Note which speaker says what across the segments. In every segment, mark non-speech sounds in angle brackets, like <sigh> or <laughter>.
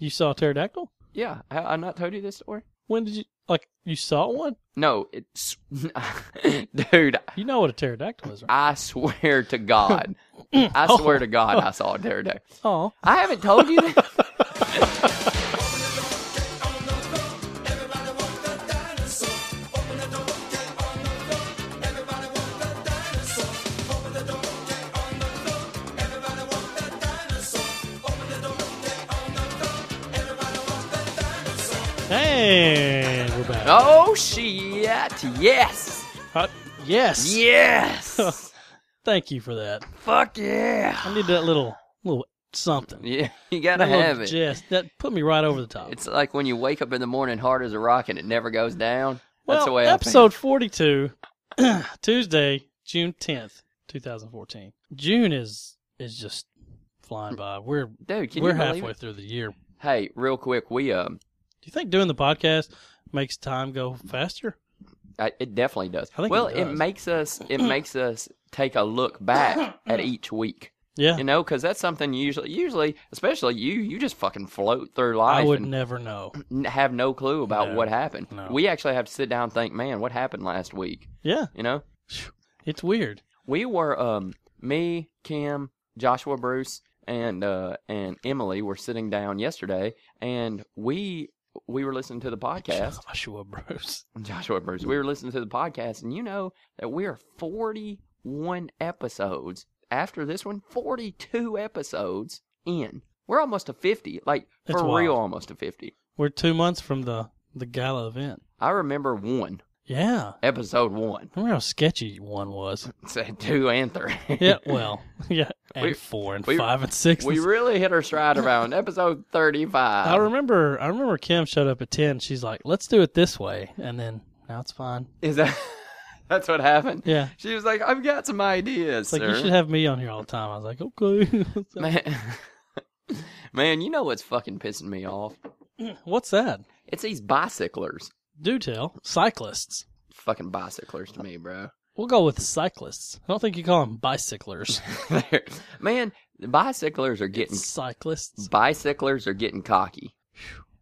Speaker 1: You saw a pterodactyl?
Speaker 2: Yeah, I, I not told you this story.
Speaker 1: When did you like you saw one?
Speaker 2: No, it's <laughs> dude.
Speaker 1: You know what a pterodactyl is, right?
Speaker 2: I swear to God,
Speaker 1: <laughs>
Speaker 2: I swear to God, I saw a pterodactyl.
Speaker 1: Oh.
Speaker 2: I haven't told you that.
Speaker 1: <laughs> And we're back.
Speaker 2: Oh shit! Yes,
Speaker 1: Uh, yes.
Speaker 2: yes.
Speaker 1: <laughs> Thank you for that.
Speaker 2: Fuck yeah.
Speaker 1: I need that little little something.
Speaker 2: Yeah, you gotta
Speaker 1: That little
Speaker 2: have it.
Speaker 1: Jest. That put me right over the top.
Speaker 2: It's like when you wake up in the morning hard as a rock and it never goes down.
Speaker 1: well,
Speaker 2: That's the way I
Speaker 1: episode 42, <clears throat> Tuesday, June 10th, 2014. June is is just flying by. We're
Speaker 2: feel. Dude, can
Speaker 1: we're
Speaker 2: you believe
Speaker 1: halfway
Speaker 2: it?
Speaker 1: through the year. Do
Speaker 2: Hey, real quick, we um,
Speaker 1: you think doing the podcast makes time go faster?
Speaker 2: I, it definitely does.
Speaker 1: I think
Speaker 2: well,
Speaker 1: it
Speaker 2: it,
Speaker 1: does.
Speaker 2: makes us it makes us take a look back at each week.
Speaker 1: Yeah.
Speaker 2: <laughs> You know, because that's something you usually usually, especially you, you just fucking float through life
Speaker 1: I would
Speaker 2: and
Speaker 1: never know.
Speaker 2: n- have no clue about
Speaker 1: No.
Speaker 2: what happened.
Speaker 1: No.
Speaker 2: We actually have to sit down and think, man, what happened last week?
Speaker 1: Yeah,
Speaker 2: You know,
Speaker 1: it's weird.
Speaker 2: we were um me, Kim, Joshua, Bruce, and uh and Emily were sitting down yesterday, and we we were listening to the podcast.
Speaker 1: <laughs> Joshua Bruce.
Speaker 2: Joshua Bruce, we were listening to the podcast, and you know that we are 41 episodes after this one, 42 episodes in. We're almost to 50, like
Speaker 1: That's
Speaker 2: for
Speaker 1: wild.
Speaker 2: real, almost to 50.
Speaker 1: We're two months from the the gala event.
Speaker 2: I remember one,
Speaker 1: Yeah,
Speaker 2: episode one, <laughs>
Speaker 1: remember how sketchy one was?
Speaker 2: said two and three. <laughs>
Speaker 1: Yeah, well, <laughs> yeah, and
Speaker 2: We-
Speaker 1: four and
Speaker 2: we-
Speaker 1: five and six.
Speaker 2: we
Speaker 1: and-
Speaker 2: really hit our stride around episode 35.
Speaker 1: I remember. I remember Kim showed up at ten. She's like, "Let's do it this way," and then now it's fine.
Speaker 2: Is that <laughs> that's what happened?
Speaker 1: Yeah,
Speaker 2: She was like, I've got some ideas.
Speaker 1: it's like
Speaker 2: sir.
Speaker 1: you should have me on here all the time. I was like, "Okay." <laughs>
Speaker 2: man, <laughs> man, you know what's fucking pissing me off?
Speaker 1: What's that?
Speaker 2: It's these bicyclers.
Speaker 1: Do tell. Cyclists.
Speaker 2: fucking bicyclers to me, bro.
Speaker 1: We'll go with cyclists. I don't think you call them bicyclers.
Speaker 2: <laughs> Man, the bicyclers are getting
Speaker 1: cyclists.
Speaker 2: bicyclers are getting cocky.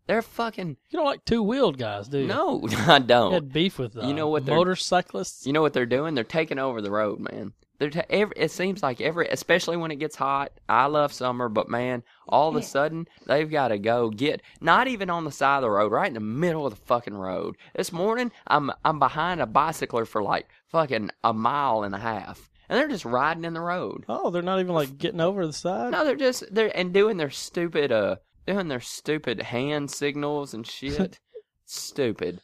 Speaker 2: They're fucking
Speaker 1: You don't like two wheeled guys, do you?
Speaker 2: no, <laughs> I
Speaker 1: You
Speaker 2: don't.
Speaker 1: had beef with uh,
Speaker 2: Oh. You know what they're-
Speaker 1: motorcyclists.
Speaker 2: You know what they're doing? They're taking over the road, man. They're ta- every, it seems like every, especially when it gets hot. I love summer, but man, all of a sudden they've got to go get not even on the side of the road, right in the middle of the fucking road. This morning, I'm I'm behind a bicycler for like fucking a mile and a half, and they're just riding in the road.
Speaker 1: Oh, they're not even like getting over the side.
Speaker 2: No, they're just they're and doing their stupid uh doing their stupid hand signals and
Speaker 1: <laughs>
Speaker 2: shit. stupid.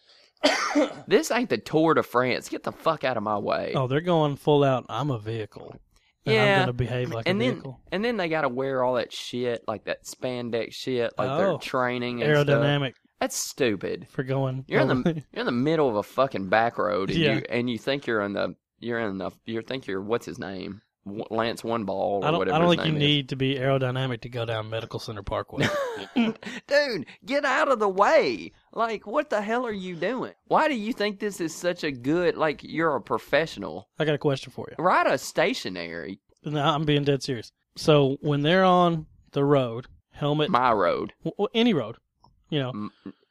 Speaker 2: this ain't the Tour de France. Get the fuck out of my way.
Speaker 1: Oh, they're going full out. I'm a vehicle. And I'm
Speaker 2: Yeah.
Speaker 1: going to behave like
Speaker 2: and
Speaker 1: a
Speaker 2: then
Speaker 1: vehicle.
Speaker 2: and then they gotta wear all that shit, like that spandex shit, like
Speaker 1: Oh.
Speaker 2: their training and stuff.
Speaker 1: Aerodynamic
Speaker 2: That's stupid.
Speaker 1: for going.
Speaker 2: You're in
Speaker 1: over-
Speaker 2: the you're in the middle of a fucking back road and
Speaker 1: Yeah.
Speaker 2: you and you think you're in the you're in the you think you're what's his name? W- Lance One Ball
Speaker 1: <laughs>
Speaker 2: or
Speaker 1: I don't.
Speaker 2: whatever
Speaker 1: I don't
Speaker 2: his
Speaker 1: think you
Speaker 2: name is.
Speaker 1: need to be aerodynamic to go down Medical Center
Speaker 2: <laughs>
Speaker 1: Parkway.
Speaker 2: Dude, get out of the way. Like, what the hell are you doing? Why do you think this is such a good, like, you're a professional?
Speaker 1: I got a question for you.
Speaker 2: Write a stationary,
Speaker 1: No, I'm being dead serious. So when they're on the road, helmet,
Speaker 2: my road.
Speaker 1: w- w- any road, you know,
Speaker 2: Mm,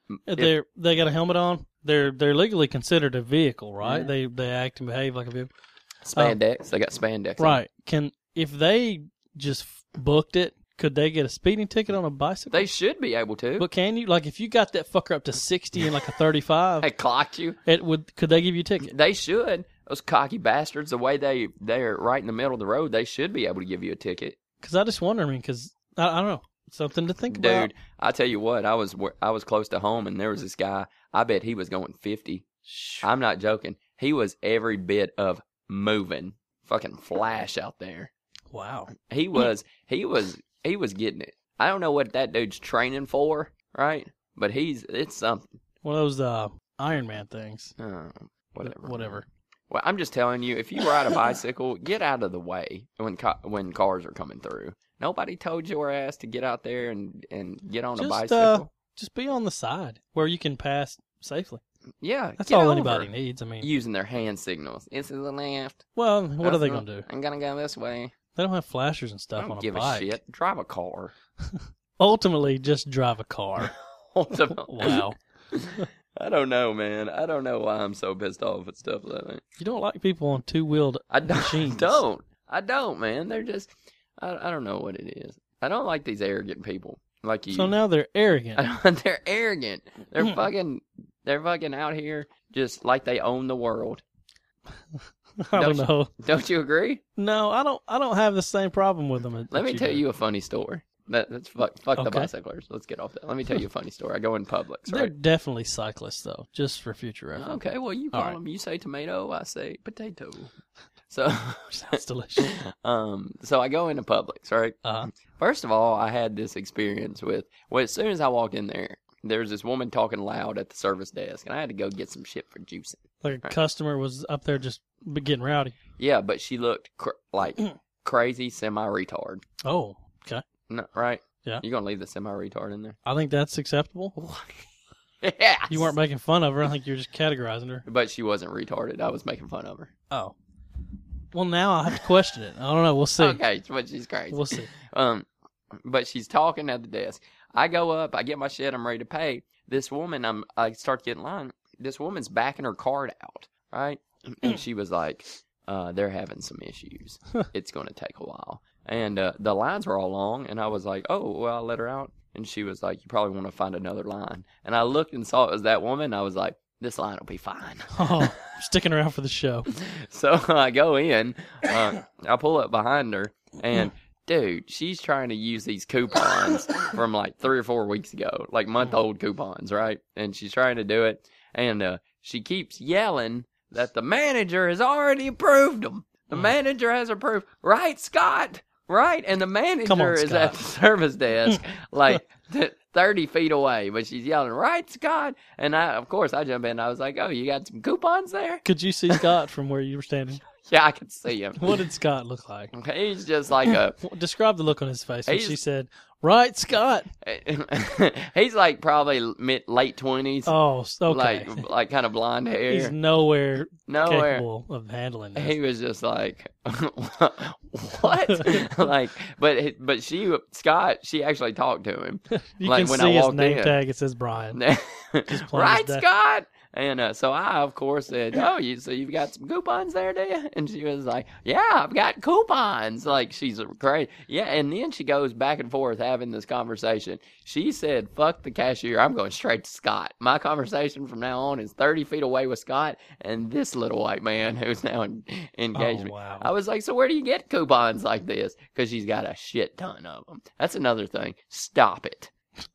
Speaker 2: mm, if-
Speaker 1: they're they got a helmet on. They're they're legally considered a vehicle, right?
Speaker 2: Yeah.
Speaker 1: They they act and behave like a vehicle,
Speaker 2: Spandex. They got spandex.
Speaker 1: Oh.
Speaker 2: on.
Speaker 1: right? Can if they just booked it, could they get a speeding ticket on a bicycle?
Speaker 2: They should be able to.
Speaker 1: But can you like if you got that fucker up to sixty and like a thirty-five,
Speaker 2: they clocked you.
Speaker 1: it would could they give you a ticket?
Speaker 2: They should. Those cocky bastards, the way they, they're right in the middle of the road, they should be able to give you a ticket.
Speaker 1: Because I just wonder, I mean, because I, I don't know, something to think about.
Speaker 2: Dude, I tell you what, I was wor- I was close to home and there was this guy. I bet he was going 50.
Speaker 1: Shh.
Speaker 2: I'm not joking. He was every bit of moving. Fucking flash out there.
Speaker 1: Wow,
Speaker 2: He was he was he was getting it. I don't know what that dude's training for, right? But he's it's something.
Speaker 1: one of those uh, Iron Man things.
Speaker 2: Uh, whatever.
Speaker 1: Whatever.
Speaker 2: Well, I'm just telling you, if you ride a bicycle, get out of the way when ca- when cars are coming through. Nobody told your ass to get out there and and get on a
Speaker 1: Just,
Speaker 2: bicycle.
Speaker 1: uh, Just be on the side where you can pass safely.
Speaker 2: yeah,
Speaker 1: That's
Speaker 2: get
Speaker 1: all
Speaker 2: over.
Speaker 1: anybody needs. I mean,
Speaker 2: Using their hand signals. It's to the left.
Speaker 1: well, what are
Speaker 2: That's
Speaker 1: they
Speaker 2: the-
Speaker 1: gonna do?
Speaker 2: I'm gonna go this way.
Speaker 1: They don't have flashers and
Speaker 2: I
Speaker 1: stuff
Speaker 2: don't
Speaker 1: on a
Speaker 2: give
Speaker 1: bike. <laughs>
Speaker 2: a shit. Drive a car. <laughs>
Speaker 1: ultimately just drive a car. <laughs>
Speaker 2: <laughs>
Speaker 1: wow.
Speaker 2: I don't know, man. I don't know why I'm so pissed off at stuff lately.
Speaker 1: You don't like people on two wheeled
Speaker 2: I don't.
Speaker 1: Machines.
Speaker 2: don't. I don't, man. They're just. I, I don't know what it is. I don't like these arrogant people like you.
Speaker 1: so now Hmm. they're
Speaker 2: I
Speaker 1: arrogant.
Speaker 2: don't- <laughs> they're arrogant. They're
Speaker 1: Yeah.
Speaker 2: fucking. They're fucking out here just like they own the world.
Speaker 1: <laughs> I
Speaker 2: don't
Speaker 1: don't
Speaker 2: you-
Speaker 1: know.
Speaker 2: Don't you agree?
Speaker 1: No, I don't. I don't have the same problem with them. that
Speaker 2: Let me tell
Speaker 1: do.
Speaker 2: you a funny story. That, that's fuck. Fuck the
Speaker 1: Okay.
Speaker 2: bicyclers. Let's get off that. Let me tell you a funny story. I go in Publix,
Speaker 1: They're
Speaker 2: right?
Speaker 1: definitely cyclists, though, just for future reference.
Speaker 2: Okay, well you
Speaker 1: All
Speaker 2: call
Speaker 1: right.
Speaker 2: them. You say tomato. I say potato. So, <laughs>
Speaker 1: <laughs> Sounds delicious.
Speaker 2: um, so I go into Publix, right?
Speaker 1: Uh,
Speaker 2: First of all, I had this experience with. Well, as soon as I walked in there, there was this woman talking loud at the service desk, and I had to go get some shit for juicing.
Speaker 1: like a
Speaker 2: Right.
Speaker 1: customer was up there just be- getting rowdy.
Speaker 2: Yeah, but she looked cr- <clears throat> like crazy semi retard.
Speaker 1: Oh, okay.
Speaker 2: No, right?
Speaker 1: Yeah.
Speaker 2: You're gonna leave the semi retard in there? <laughs>
Speaker 1: I think that's acceptable.
Speaker 2: yeah.
Speaker 1: You weren't making fun of her. I think you're just categorizing her.
Speaker 2: But she wasn't retarded. I was making fun of her.
Speaker 1: Oh. Well, now I have to question it. I don't know. We'll see.
Speaker 2: Okay, but she's crazy.
Speaker 1: We'll see.
Speaker 2: Um, but she's talking at the desk. I go up, I get my shit, I'm ready to pay. This woman, I'm, I start getting in line. This woman's backing her card out, right? And she was like, uh, they're having some issues. It's going to take a while. And uh, the lines were all long, and I was like, oh, well, I let her out. And she was like, you probably want to find another line. And I looked and saw it was that woman. I was like, this line will be fine.
Speaker 1: Oh, sticking around for the show.
Speaker 2: So <laughs> I go in, uh, I pull up behind her, and dude, she's trying to use these coupons from like three or four weeks ago, like month
Speaker 1: Mm-hmm.
Speaker 2: old coupons, right? And she's trying to do it, and uh, she keeps yelling that the manager has already approved them. The
Speaker 1: Mm.
Speaker 2: manager has approved, right, Scott? Right, and the manager
Speaker 1: on,
Speaker 2: is
Speaker 1: Scott.
Speaker 2: at the service
Speaker 1: <laughs>
Speaker 2: desk, like th- thirty feet away, but she's yelling, "Right, Scott!" And I, of course, I jump in. and I was like, "Oh, you got some coupons there?"
Speaker 1: Could you see Scott from where you were standing?
Speaker 2: Yeah, I could see him.
Speaker 1: What did Scott look like?
Speaker 2: <laughs> He's just like a
Speaker 1: Describe the look on his face when
Speaker 2: He's-
Speaker 1: she said, "Right,
Speaker 2: <laughs>
Speaker 1: Scott."
Speaker 2: he's like probably mid late twenties,
Speaker 1: Oh, s- okay.
Speaker 2: like like kind of blonde
Speaker 1: <laughs>
Speaker 2: hair.
Speaker 1: He's nowhere
Speaker 2: Nowhere.
Speaker 1: capable of handling this.
Speaker 2: He was
Speaker 1: <laughs>
Speaker 2: just like, <laughs> what? <laughs> like, but but she Scott she actually talked to him,
Speaker 1: you
Speaker 2: like
Speaker 1: can
Speaker 2: when I
Speaker 1: see his
Speaker 2: walked
Speaker 1: name
Speaker 2: in.
Speaker 1: tag. It says Brian.
Speaker 2: <laughs>
Speaker 1: plain as
Speaker 2: right,
Speaker 1: day.
Speaker 2: Scott? And uh, so I of course said, oh, you so you've got some coupons there, do you? And she was like, yeah, I've got coupons. Like she's great, yeah. And then she goes back and forth having this conversation. She said, fuck the cashier, I'm going straight to Scott. My conversation from now on is thirty feet away with Scott and this little white man <laughs> who's now in, engaged.
Speaker 1: Oh,
Speaker 2: me.
Speaker 1: wow.
Speaker 2: I was like, so where do you get coupons like this? Because she's got a shit ton of them. That's another thing. Stop it.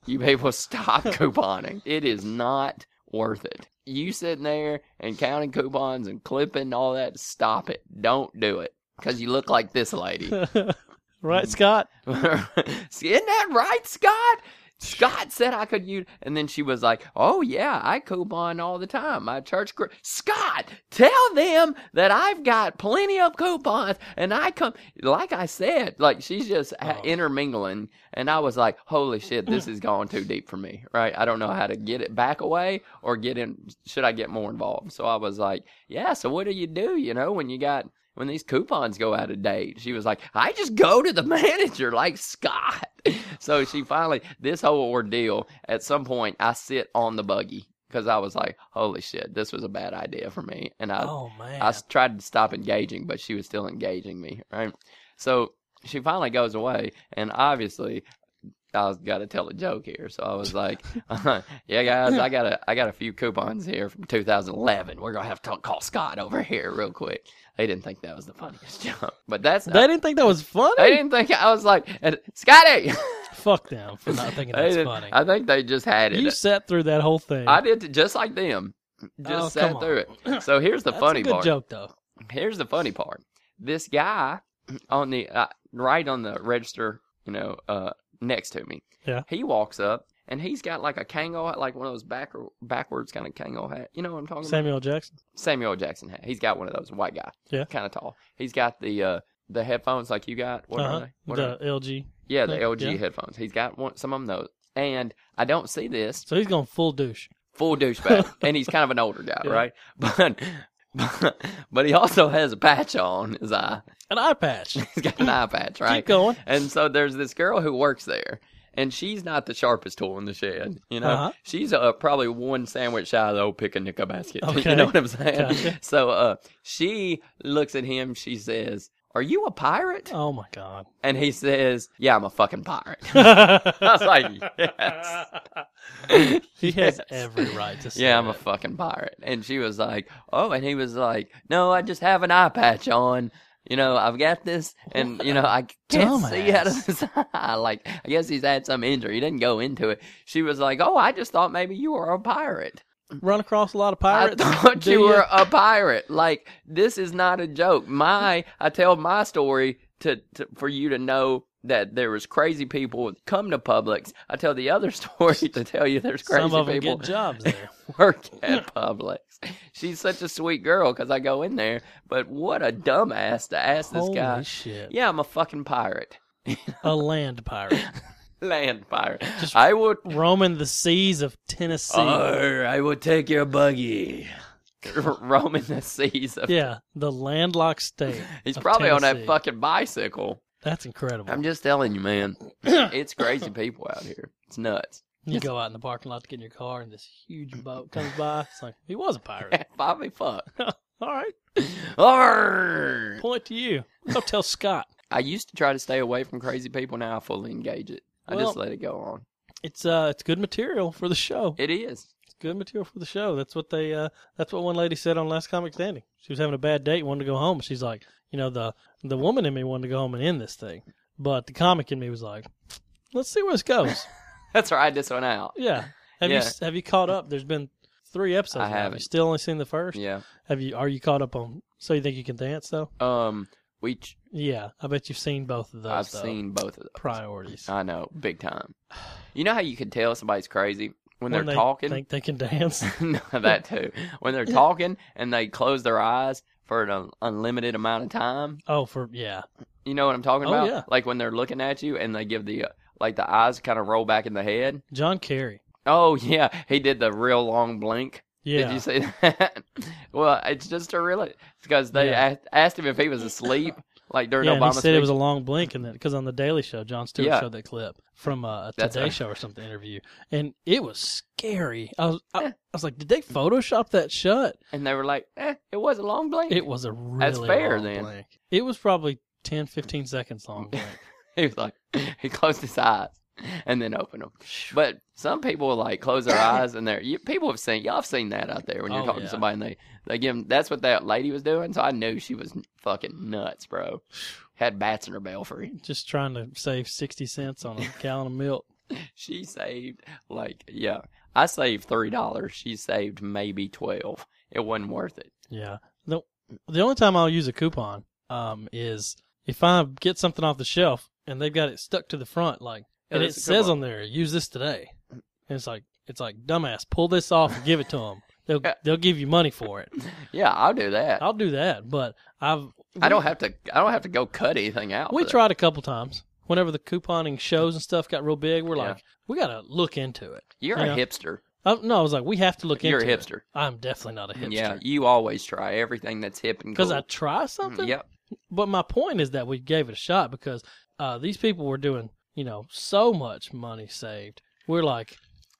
Speaker 2: You people stop couponing. It is not worth it. You sitting there and counting coupons and clipping and all that, stop it. Don't do it. Because you look like this lady.
Speaker 1: <laughs> right, Scott?
Speaker 2: <laughs> Isn't that right, Scott? Scott said I could use, and then she was like, "Oh yeah, I coupon all the time. My church, gr- Scott, tell them that I've got plenty of coupons, and I come like I said, like she's just ha-
Speaker 1: Oh.
Speaker 2: intermingling." And I was like, "Holy shit, this is going too deep for me, right? I don't know how to get it back away or get in. Should I get more involved?" So I was like, "Yeah, so what do you do, you know, when you got when these coupons go out of date. She was like, I just go to the <laughs> manager like Scott. <laughs> So she finally, this whole ordeal, at some point, I sit on the buggy because I was like, holy shit, this was a bad idea for me. And I,
Speaker 1: oh man.
Speaker 2: I s- tried to stop engaging, but she was still engaging me, right? So she finally goes away, and obviously, I got to tell a joke here. So I
Speaker 1: <laughs>
Speaker 2: was like, <laughs> "Yeah, guys, I got a I got a few coupons here from 2011. We're gonna have to call Scott over here real quick." They didn't think that was the funniest <laughs> joke, but that's
Speaker 1: they didn't think that was funny.
Speaker 2: they didn't think I was like and- Scotty. <laughs>
Speaker 1: Fuck them for not thinking
Speaker 2: They
Speaker 1: that's
Speaker 2: didn't-
Speaker 1: funny.
Speaker 2: I think they just had it.
Speaker 1: you sat through that whole thing.
Speaker 2: I did t- just like them.
Speaker 1: Oh,
Speaker 2: Just sat
Speaker 1: come
Speaker 2: through it. So here's the
Speaker 1: that's
Speaker 2: funny
Speaker 1: a good
Speaker 2: part.
Speaker 1: joke though.
Speaker 2: here's the funny part this guy on the uh, right on the register you know uh next to me
Speaker 1: Yeah.
Speaker 2: he walks up and he's got like a kango hat like one of those back backwards kind of kango hat you know what i'm talking about
Speaker 1: Samuel Jackson.
Speaker 2: samuel L. jackson hat he's got one of those white guy
Speaker 1: Yeah.
Speaker 2: kind of tall he's got the uh the headphones like you got what
Speaker 1: Uh-huh.
Speaker 2: are they what
Speaker 1: the
Speaker 2: are,
Speaker 1: LG.
Speaker 2: yeah the
Speaker 1: thing,
Speaker 2: lg
Speaker 1: yeah.
Speaker 2: headphones he's got one some of them those and i don't see this
Speaker 1: So he's going full douche. <laughs>
Speaker 2: full douchebag, and he's kind of an older guy,
Speaker 1: Yeah.
Speaker 2: right? <laughs> But, but he also has a patch on his eye.
Speaker 1: An eye patch.
Speaker 2: He's got an eye patch, <laughs> right?
Speaker 1: Keep going.
Speaker 2: And so there's this girl who works there, and she's not the sharpest tool in the shed. You know,
Speaker 1: Uh-huh.
Speaker 2: she's uh, probably one sandwich shy of the old picnic basket. <laughs>
Speaker 1: Okay.
Speaker 2: You know what I'm saying?
Speaker 1: Gotcha.
Speaker 2: So uh, she looks at him. She says, "Are you a pirate?"
Speaker 1: Oh my god. <laughs>
Speaker 2: And he says, "Yeah, I'm a fucking pirate." <laughs>
Speaker 1: I
Speaker 2: I
Speaker 1: <laughs>
Speaker 2: was <laughs> like, <laughs> "Yes."
Speaker 1: He has
Speaker 2: Yes.
Speaker 1: every right to say
Speaker 2: Yeah, I'm a
Speaker 1: that.
Speaker 2: fucking pirate. And she was like, Oh, and he was like, No, I just have an eye patch on. You know, I've got this, and
Speaker 1: What
Speaker 2: you know, I can't see out of
Speaker 1: dumbass.
Speaker 2: his <laughs> eye. Like, I guess he's had some injury. He didn't go into it. She was like, "Oh, I just thought maybe you were a pirate.
Speaker 1: Run across a lot of pirates.
Speaker 2: I <laughs> thought
Speaker 1: do
Speaker 2: you
Speaker 1: ya?
Speaker 2: were a pirate. Like, this is not a joke. My, I tell my story to, to for you to know." That there was crazy people that come to Publix. I tell the other <laughs> story to tell you there's crazy
Speaker 1: Some of them
Speaker 2: people
Speaker 1: get jobs there.
Speaker 2: work at Publix. She's such a sweet girl because I go in there, but what a dumbass to ask <laughs> this
Speaker 1: Holy
Speaker 2: guy.
Speaker 1: shit.
Speaker 2: Yeah, I'm a fucking pirate, <laughs>
Speaker 1: A land pirate.
Speaker 2: land pirate.
Speaker 1: Just-
Speaker 2: I would.
Speaker 1: Roaming the seas of Tennessee.
Speaker 2: Arr, I will take
Speaker 1: <laughs>
Speaker 2: your buggy. <laughs> Roaming the seas. Of,
Speaker 1: yeah, the landlocked state.
Speaker 2: he's
Speaker 1: of
Speaker 2: probably on that
Speaker 1: Tennessee.
Speaker 2: fucking bicycle.
Speaker 1: That's incredible.
Speaker 2: I'm just telling
Speaker 1: <coughs>
Speaker 2: you, man. it's crazy people out here. It's nuts. <laughs>
Speaker 1: you go out in the parking lot to get in your car, and this huge boat comes by. It's like he was a
Speaker 2: <laughs>
Speaker 1: pirate.
Speaker 2: Bobby, fuck.
Speaker 1: All right,
Speaker 2: Arr!
Speaker 1: point to you. Go tell Scott.
Speaker 2: I used to try to stay away from crazy people. Now I fully engage it. I just
Speaker 1: Well-
Speaker 2: let it go on.
Speaker 1: It's uh, it's good material for the show.
Speaker 2: It is. <laughs>
Speaker 1: It's good material for the show. That's what they. Uh, that's what one lady said on Last Comic Standing. She was having a bad date, wanted to go home. She's like, you know, the the woman in me wanted to go home and end this thing, but the comic in me was like, let's see where this
Speaker 2: <laughs>
Speaker 1: goes.
Speaker 2: Let's ride this one out.
Speaker 1: yeah. Have you
Speaker 2: Yeah.
Speaker 1: have you caught up? There's been three episodes.
Speaker 2: I
Speaker 1: now. Have you
Speaker 2: haven't.
Speaker 1: still only seen the <laughs> first?
Speaker 2: Yeah.
Speaker 1: Have you? Are you caught up on? So you think you can dance though?
Speaker 2: Um, we ch-
Speaker 1: Yeah, I bet you've seen both of those.
Speaker 2: I've
Speaker 1: though.
Speaker 2: seen both of those.
Speaker 1: priorities
Speaker 2: I know, big time. You know how you can tell somebody's crazy when, they're
Speaker 1: they
Speaker 2: talking.
Speaker 1: Think they can dance?
Speaker 2: <laughs> no,
Speaker 1: <laughs>
Speaker 2: that too. When they're talking and they close their eyes for an un- unlimited amount of time.
Speaker 1: Oh, for yeah,
Speaker 2: You know what I'm talking
Speaker 1: Oh,
Speaker 2: about?
Speaker 1: yeah.
Speaker 2: Like when they're looking at you and they give the uh, like the eyes kind of roll back in the head.
Speaker 1: John Kerry.
Speaker 2: Oh <laughs> yeah, he did the real long blink.
Speaker 1: Yeah,
Speaker 2: Did you see <laughs> that? well, it's just a real because they
Speaker 1: Yeah.
Speaker 2: asked, asked him if he was asleep, like during
Speaker 1: yeah. and he
Speaker 2: Obama's
Speaker 1: said it was a long blink, and then because on the Daily Show, John Stewart
Speaker 2: Yeah.
Speaker 1: showed that clip from uh, a
Speaker 2: That's
Speaker 1: Today
Speaker 2: right.
Speaker 1: Show or something interview, and it was scary. I was I, I was like, did they Photoshop that shut?
Speaker 2: and they were like, eh, "It was a long blink."
Speaker 1: It was a really
Speaker 2: fair,
Speaker 1: long
Speaker 2: then.
Speaker 1: blink. It was probably 10, 15 seconds long
Speaker 2: <laughs>
Speaker 1: blink.
Speaker 2: he was like, he closed his eyes and then opened them. But some people like close <coughs> their eyes and they're you, people have seen y'all have seen that out there when you're
Speaker 1: Oh,
Speaker 2: talking
Speaker 1: yeah.
Speaker 2: to somebody and they they give 'em- that's what that lady was doing. So I knew she was fucking nuts, bro. Had bats in her belfry.
Speaker 1: Just trying to save sixty cents on a gallon of milk.
Speaker 2: <laughs> She saved like yeah, I saved three dollars. She saved maybe twelve. It wasn't worth it.
Speaker 1: Yeah. The the only time I'll use a coupon um is if I get something off the shelf and they've got it stuck to the front like
Speaker 2: Yeah,
Speaker 1: and it
Speaker 2: that's a
Speaker 1: says
Speaker 2: coupon.
Speaker 1: on there use this
Speaker 2: <clears throat>
Speaker 1: today. And it's like it's like dumbass pull this off and give it to them. They'll
Speaker 2: Yeah.
Speaker 1: they'll give you money for
Speaker 2: <laughs>
Speaker 1: it.
Speaker 2: Yeah, I'll do that.
Speaker 1: I'll do that, but I've
Speaker 2: I don't have to. I don't have to go cut anything out.
Speaker 1: we
Speaker 2: for that.
Speaker 1: tried a couple times. Whenever the couponing shows and stuff got real big, we're
Speaker 2: Yeah.
Speaker 1: like we got to look into it.
Speaker 2: You're
Speaker 1: you
Speaker 2: a
Speaker 1: know.
Speaker 2: hipster.
Speaker 1: I, no, I was like we have to look
Speaker 2: You're a
Speaker 1: into it.
Speaker 2: hipster.
Speaker 1: I'm definitely not a hipster.
Speaker 2: Mm, Yeah, you always try everything that's hip and
Speaker 1: Cuz
Speaker 2: cool.
Speaker 1: I try
Speaker 2: Mm,
Speaker 1: something.
Speaker 2: Yep.
Speaker 1: But my point is that we gave it a shot because uh, these people were doing, you know, so much money saved. We're like,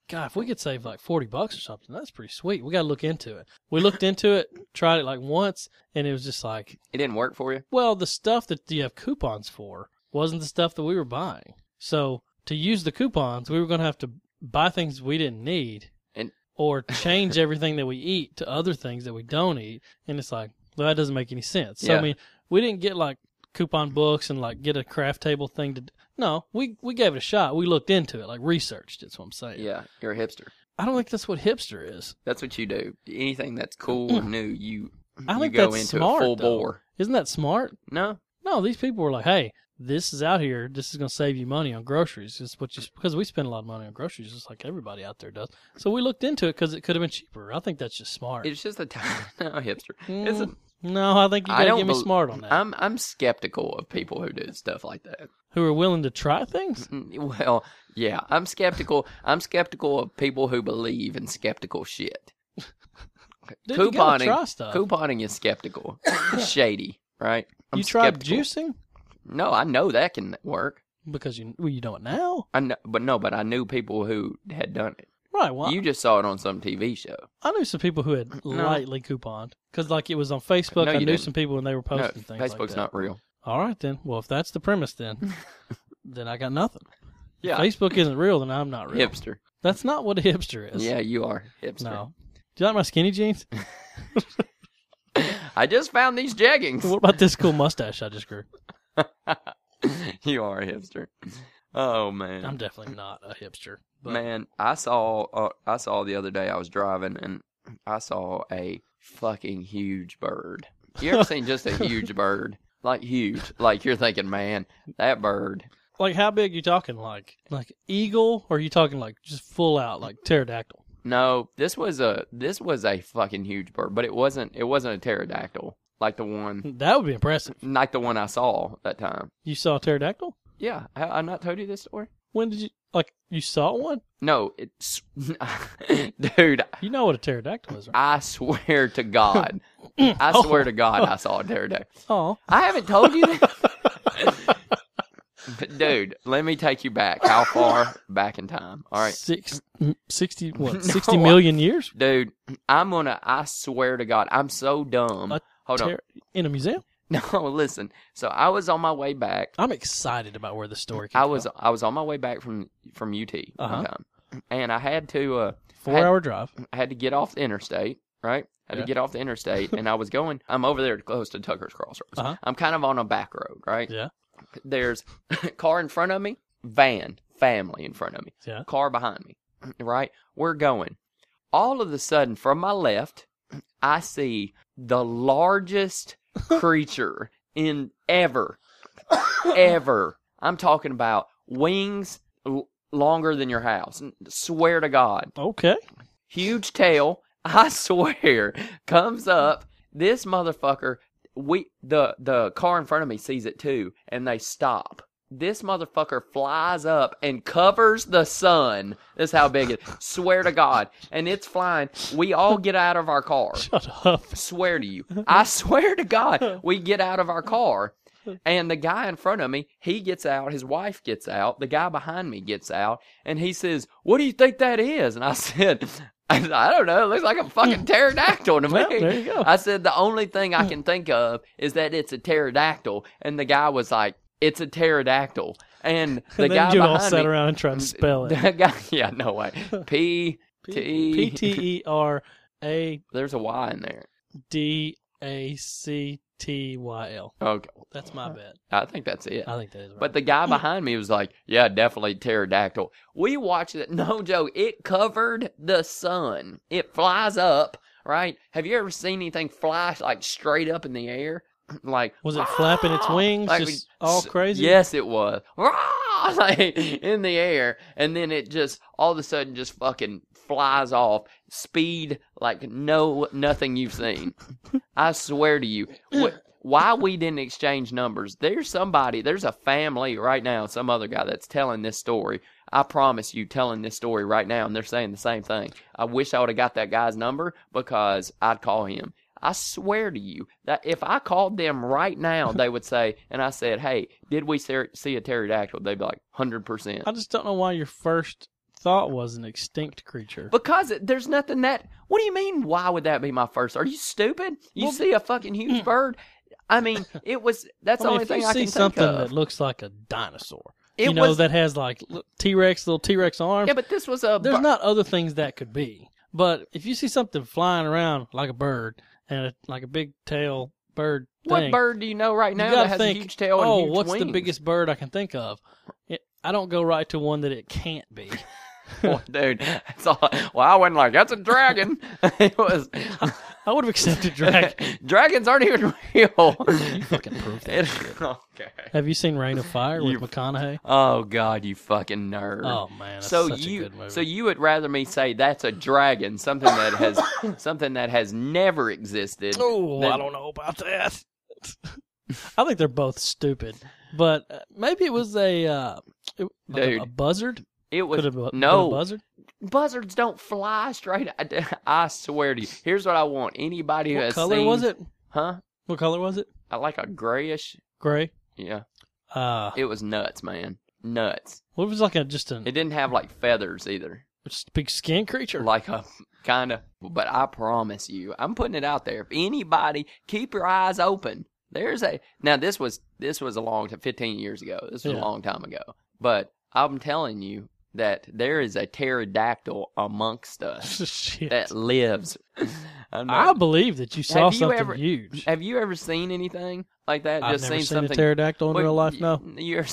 Speaker 1: God, if we could save like forty bucks or something, that's pretty sweet. We got to look into it. We looked into it, tried it like once, and it was just like,
Speaker 2: It didn't work for you.
Speaker 1: well, the stuff that you have coupons for wasn't the stuff that we were buying. So to use the coupons, we were going to have to buy things we didn't need,
Speaker 2: And- <laughs>
Speaker 1: or change everything that we eat to other things that we don't eat. And it's like, well, that doesn't make any sense. So
Speaker 2: Yeah.
Speaker 1: I mean, we didn't get like coupon books and like get a craft table thing to. d- No, we we gave it a shot. We looked into it, like researched. That's what I'm saying.
Speaker 2: Yeah, you're a hipster.
Speaker 1: I don't think that's what hipster is.
Speaker 2: That's what you do. Anything that's cool and new, you
Speaker 1: Mm. I
Speaker 2: you
Speaker 1: think
Speaker 2: go
Speaker 1: that's
Speaker 2: into
Speaker 1: smart,
Speaker 2: it full
Speaker 1: though.
Speaker 2: bore.
Speaker 1: Isn't that smart?
Speaker 2: No,
Speaker 1: No, these people were like, "Hey, this is out here. This is going to save you money on groceries. It's what you because we spend a lot of money on groceries, just like everybody out there does." So we looked into it because it could have been cheaper. I think that's just smart.
Speaker 2: it's just a <laughs> time. No, hipster. It's
Speaker 1: Mm,
Speaker 2: a,
Speaker 1: no, I think you
Speaker 2: I
Speaker 1: got to
Speaker 2: don't
Speaker 1: get me
Speaker 2: bel-
Speaker 1: smart on that.
Speaker 2: I'm I'm skeptical of people who do stuff like that.
Speaker 1: Who are willing to try things?
Speaker 2: Mm, Well, yeah, I'm skeptical. I'm skeptical of people who believe in skeptical shit.
Speaker 1: Dude, you gotta
Speaker 2: Couponing.
Speaker 1: try stuff.
Speaker 2: Couponing is
Speaker 1: <coughs>
Speaker 2: skeptical, It's shady, right? I'm
Speaker 1: you tried
Speaker 2: skeptical.
Speaker 1: juicing?
Speaker 2: No, I know that can work.
Speaker 1: because you well, you know it now,
Speaker 2: I know, but no, but I knew people who had done it.
Speaker 1: right? Well,
Speaker 2: You just saw it on some TV show.
Speaker 1: I knew some people who had lightly couponed because like it was on Facebook.
Speaker 2: No,
Speaker 1: I
Speaker 2: you
Speaker 1: knew
Speaker 2: didn't.
Speaker 1: some people when they were
Speaker 2: No,
Speaker 1: posting things.
Speaker 2: Facebook's
Speaker 1: like that.
Speaker 2: not real.
Speaker 1: All right then. Well, if that's the premise,
Speaker 2: <laughs>
Speaker 1: then then I got nothing.
Speaker 2: Yeah,
Speaker 1: Facebook isn't real, then I'm not real.
Speaker 2: hipster.
Speaker 1: That's not what a hipster is.
Speaker 2: Yeah, you are hipster.
Speaker 1: No. Do you like my skinny jeans?
Speaker 2: <laughs> I just found these jeggings.
Speaker 1: what about this cool mustache I just grew?
Speaker 2: <laughs> you are a hipster. Oh man,
Speaker 1: I'm definitely not a hipster. But
Speaker 2: man, I saw uh, I saw the other day. I was driving and I saw a fucking huge bird. You ever seen just a
Speaker 1: <laughs>
Speaker 2: huge bird? Like huge. Like you're thinking, man, that bird.
Speaker 1: like, how big you talking? Like, like eagle? Or are you talking like just full out like pterodactyl?
Speaker 2: No, this was a this was a fucking huge bird, but it wasn't it wasn't a pterodactyl like the one
Speaker 1: That would be impressive.
Speaker 2: like the one I saw that time.
Speaker 1: You saw a pterodactyl?
Speaker 2: Yeah, I, I not told you this story.
Speaker 1: When did you like you saw one?
Speaker 2: No, it's <laughs> dude.
Speaker 1: You know what a pterodactyl is, right?
Speaker 2: I swear to God, I swear to God, I saw a pterodactyl.
Speaker 1: Oh,
Speaker 2: I haven't told you that. But dude, let me take you back. How far back in time? All right.
Speaker 1: six, m- 60, what,
Speaker 2: <laughs> No,
Speaker 1: 60 million years?
Speaker 2: Dude, I'm going to, I swear to God, I'm so dumb.
Speaker 1: A
Speaker 2: Hold on.
Speaker 1: Pter- in a museum?
Speaker 2: <laughs> No, listen. So I was on my way back.
Speaker 1: I'm excited about where the story came
Speaker 2: I was I was on my way back from from UT one
Speaker 1: Uh-huh.
Speaker 2: time. And I had to uh
Speaker 1: four hour drive.
Speaker 2: I had to get off the interstate, right? I had
Speaker 1: Yeah.
Speaker 2: to get off the interstate, and I was going. I'm over there close to Tucker's Crossroads.
Speaker 1: Uh-huh.
Speaker 2: I'm kind of on a back road, right?
Speaker 1: Yeah.
Speaker 2: There's <laughs> car in front of me, van, family in front of me,
Speaker 1: Yeah.
Speaker 2: car behind me, right? We're going. All of a sudden, from my left, I see
Speaker 1: <laughs>
Speaker 2: the largest creature in ever, ever. I'm talking about wings l- longer than your house. N- Swear to God
Speaker 1: Okay. <laughs>
Speaker 2: huge tail. <laughs> I swear, comes up. This motherfucker, we the the car in front of me sees it too, and they stop. This motherfucker flies up and covers the sun. That's how big it. Swear to God, and it's flying. We all get out of our car
Speaker 1: Shut up.
Speaker 2: swear
Speaker 1: <laughs>
Speaker 2: to you. I swear to God, we get out of our car. And the guy in front of me, he gets out, his wife gets out, the guy behind me gets out, and he says, What do you think that is? And I <laughs> said, I said, "I don't know, it looks like
Speaker 1: <laughs>
Speaker 2: a fucking pterodactyl to me.
Speaker 1: Well, there you go.
Speaker 2: I said, The only thing
Speaker 1: <laughs>
Speaker 2: I can think of is that it's a pterodactyl. And the guy was like, It's a pterodactyl.
Speaker 1: <laughs>
Speaker 2: And the
Speaker 1: and then
Speaker 2: guy
Speaker 1: you all
Speaker 2: behind
Speaker 1: sat
Speaker 2: me,
Speaker 1: around and tried to spell it.
Speaker 2: <laughs> the guy, yeah, no way. P,
Speaker 1: P
Speaker 2: T,
Speaker 1: T E R A
Speaker 2: there's a Y in there.
Speaker 1: D A C T Y L.
Speaker 2: Okay,
Speaker 1: That's my bet.
Speaker 2: I think that's it.
Speaker 1: I think that is right.
Speaker 2: But the guy behind me was like, "Yeah, definitely pterodactyl." We watched it. <laughs> No joke. It covered the sun. It flies up. Right? Have you ever seen anything fly like straight up in the air? <clears throat> Like
Speaker 1: was it flapping its wings,
Speaker 2: Like we-
Speaker 1: just all
Speaker 2: s-
Speaker 1: crazy?
Speaker 2: Yes, it was. <laughs> Like in the air, and then it just all of a sudden just fucking flies off speed like no nothing you've seen. I swear to you. Wh- why we didn't exchange numbers? There's somebody. There's a family right now. Some other guy that's telling this story. I promise you, telling this story right now, and they're saying the same thing. I wish I would have got that guy's number because I'd call him. I swear to you that if I called them right now, they
Speaker 1: <laughs>
Speaker 2: would say, and I said, "Hey, did we ser- see a pterodactyl?" They'd be like, hundred percent."
Speaker 1: I just don't know why your first thought was an extinct creature.
Speaker 2: Because it, there's nothing that. What do you mean? Why would that be my first? Are you stupid? You
Speaker 1: Well, hmm.
Speaker 2: see a fucking huge bird. I mean, it was. That's
Speaker 1: I
Speaker 2: the
Speaker 1: mean,
Speaker 2: only
Speaker 1: if you
Speaker 2: thing
Speaker 1: see
Speaker 2: I can
Speaker 1: something
Speaker 2: think of.
Speaker 1: that looks like a dinosaur,
Speaker 2: it
Speaker 1: you know
Speaker 2: was.
Speaker 1: that has like T Rex, little T Rex arms.
Speaker 2: yeah, but this was a.
Speaker 1: There's
Speaker 2: bir-
Speaker 1: not other things that could be. But if you see something flying around like a bird and a, like a big tail bird
Speaker 2: what
Speaker 1: thing,
Speaker 2: bird do you know right now
Speaker 1: gotta
Speaker 2: that has a
Speaker 1: think,
Speaker 2: huge
Speaker 1: oh,
Speaker 2: tail and huge
Speaker 1: what's the
Speaker 2: wings?" <laughs>
Speaker 1: biggest bird I can think of? It, I don't go right to one that it can't be.
Speaker 2: Well, dude, that's all. Well, I wasn't like that's a dragon. <laughs> it
Speaker 1: <laughs>
Speaker 2: was.
Speaker 1: I would have accepted
Speaker 2: <laughs>
Speaker 1: dragon.
Speaker 2: Dragons aren't even
Speaker 1: <laughs>
Speaker 2: real.
Speaker 1: you fucking proved that.
Speaker 2: It- okay.
Speaker 1: Have you seen Rain of Fire with
Speaker 2: You-
Speaker 1: McConaughey?
Speaker 2: Oh God, you fucking nerd.
Speaker 1: Oh man, that's
Speaker 2: so
Speaker 1: such a
Speaker 2: you
Speaker 1: good movie.
Speaker 2: so you would rather me say that's a dragon, something that
Speaker 1: <coughs>
Speaker 2: has something that has never existed.
Speaker 1: oh, I
Speaker 2: than-
Speaker 1: don't know about that. <laughs> I think they're both stupid, but uh, maybe it was a uh, it- like a-
Speaker 2: Dude.
Speaker 1: a buzzard.
Speaker 2: It was
Speaker 1: Could have been a
Speaker 2: no
Speaker 1: buzzard.
Speaker 2: buzzards don't fly straight. I, I swear to you. Here's what I want. Anybody who
Speaker 1: What
Speaker 2: has
Speaker 1: color
Speaker 2: seen,
Speaker 1: was it?
Speaker 2: Huh?
Speaker 1: What color was it?
Speaker 2: I like a grayish.
Speaker 1: Gray.
Speaker 2: Yeah,
Speaker 1: Uh,
Speaker 2: it was nuts, man. nuts.
Speaker 1: What if it's like a just an
Speaker 2: It didn't have like feathers either,
Speaker 1: just a big skin creature?
Speaker 2: like a kind of. But I promise you, I'm putting it out there. If anybody, keep your eyes open. There's a now. This was this was a long time, 15 years ago. This was
Speaker 1: Yeah.
Speaker 2: a long time ago. But I'm telling you that there is a pterodactyl amongst us
Speaker 1: <laughs> Shit.
Speaker 2: that lives. <laughs> I'm not-
Speaker 1: I believe that you saw
Speaker 2: you
Speaker 1: something
Speaker 2: ever-
Speaker 1: huge.
Speaker 2: Have you ever seen anything like that?
Speaker 1: I've
Speaker 2: Just
Speaker 1: never
Speaker 2: seen
Speaker 1: seen,
Speaker 2: something
Speaker 1: a pterodactyl in
Speaker 2: Well,
Speaker 1: real life.
Speaker 2: y-
Speaker 1: No,
Speaker 2: You ever,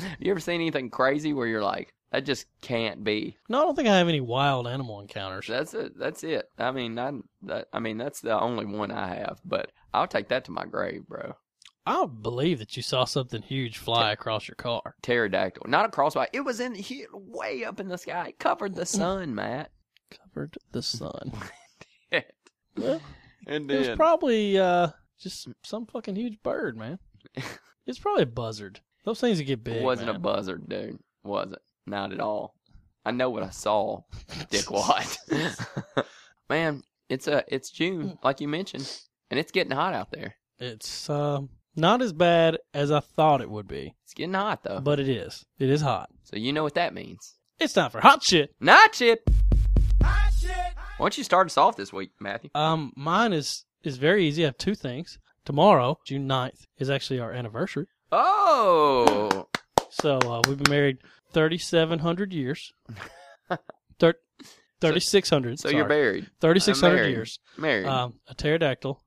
Speaker 2: <laughs> you ever seen anything crazy where you're like, that just can't be.
Speaker 1: no, I don't think I have any wild animal encounters.
Speaker 2: That's it. That's it. I mean, I, that, I mean, that's the only one I have. But I'll take that to my grave, bro.
Speaker 1: I believe that you saw something huge fly across your car.
Speaker 2: Pterodactyl, not a crossbody. It was in he, way up in the sky. It
Speaker 1: <laughs>
Speaker 2: covered the sun, Matt.
Speaker 1: Covered the <laughs> sun. Well,
Speaker 2: <laughs> and
Speaker 1: it was
Speaker 2: then
Speaker 1: probably uh, just some fucking huge bird,
Speaker 2: <laughs>
Speaker 1: man. it's probably a buzzard. Those things that get big.
Speaker 2: it wasn't a
Speaker 1: man.
Speaker 2: buzzard, dude. Wasn't not at all. I know what
Speaker 1: <laughs>
Speaker 2: I saw, dickwad. <laughs> Man, it's a it's
Speaker 1: Mm.
Speaker 2: June, like you mentioned, and it's getting hot out there.
Speaker 1: It's um, not as bad as I thought it would be,
Speaker 2: It's getting hot though.
Speaker 1: but it is. It is hot.
Speaker 2: So you know what that means.
Speaker 1: It's time for hot shit.
Speaker 2: Not shit. Why don't you start us off this week, Matthew?
Speaker 1: Um, mine is is very easy. I have two things. Tomorrow, June 9th, is actually our anniversary.
Speaker 2: Oh,
Speaker 1: So uh, we've been married 3,700
Speaker 2: <laughs>
Speaker 1: years. Thir- 3,600.
Speaker 2: so you're buried,
Speaker 1: 3,600
Speaker 2: married.
Speaker 1: years.
Speaker 2: married.
Speaker 1: Um, a pterodactyl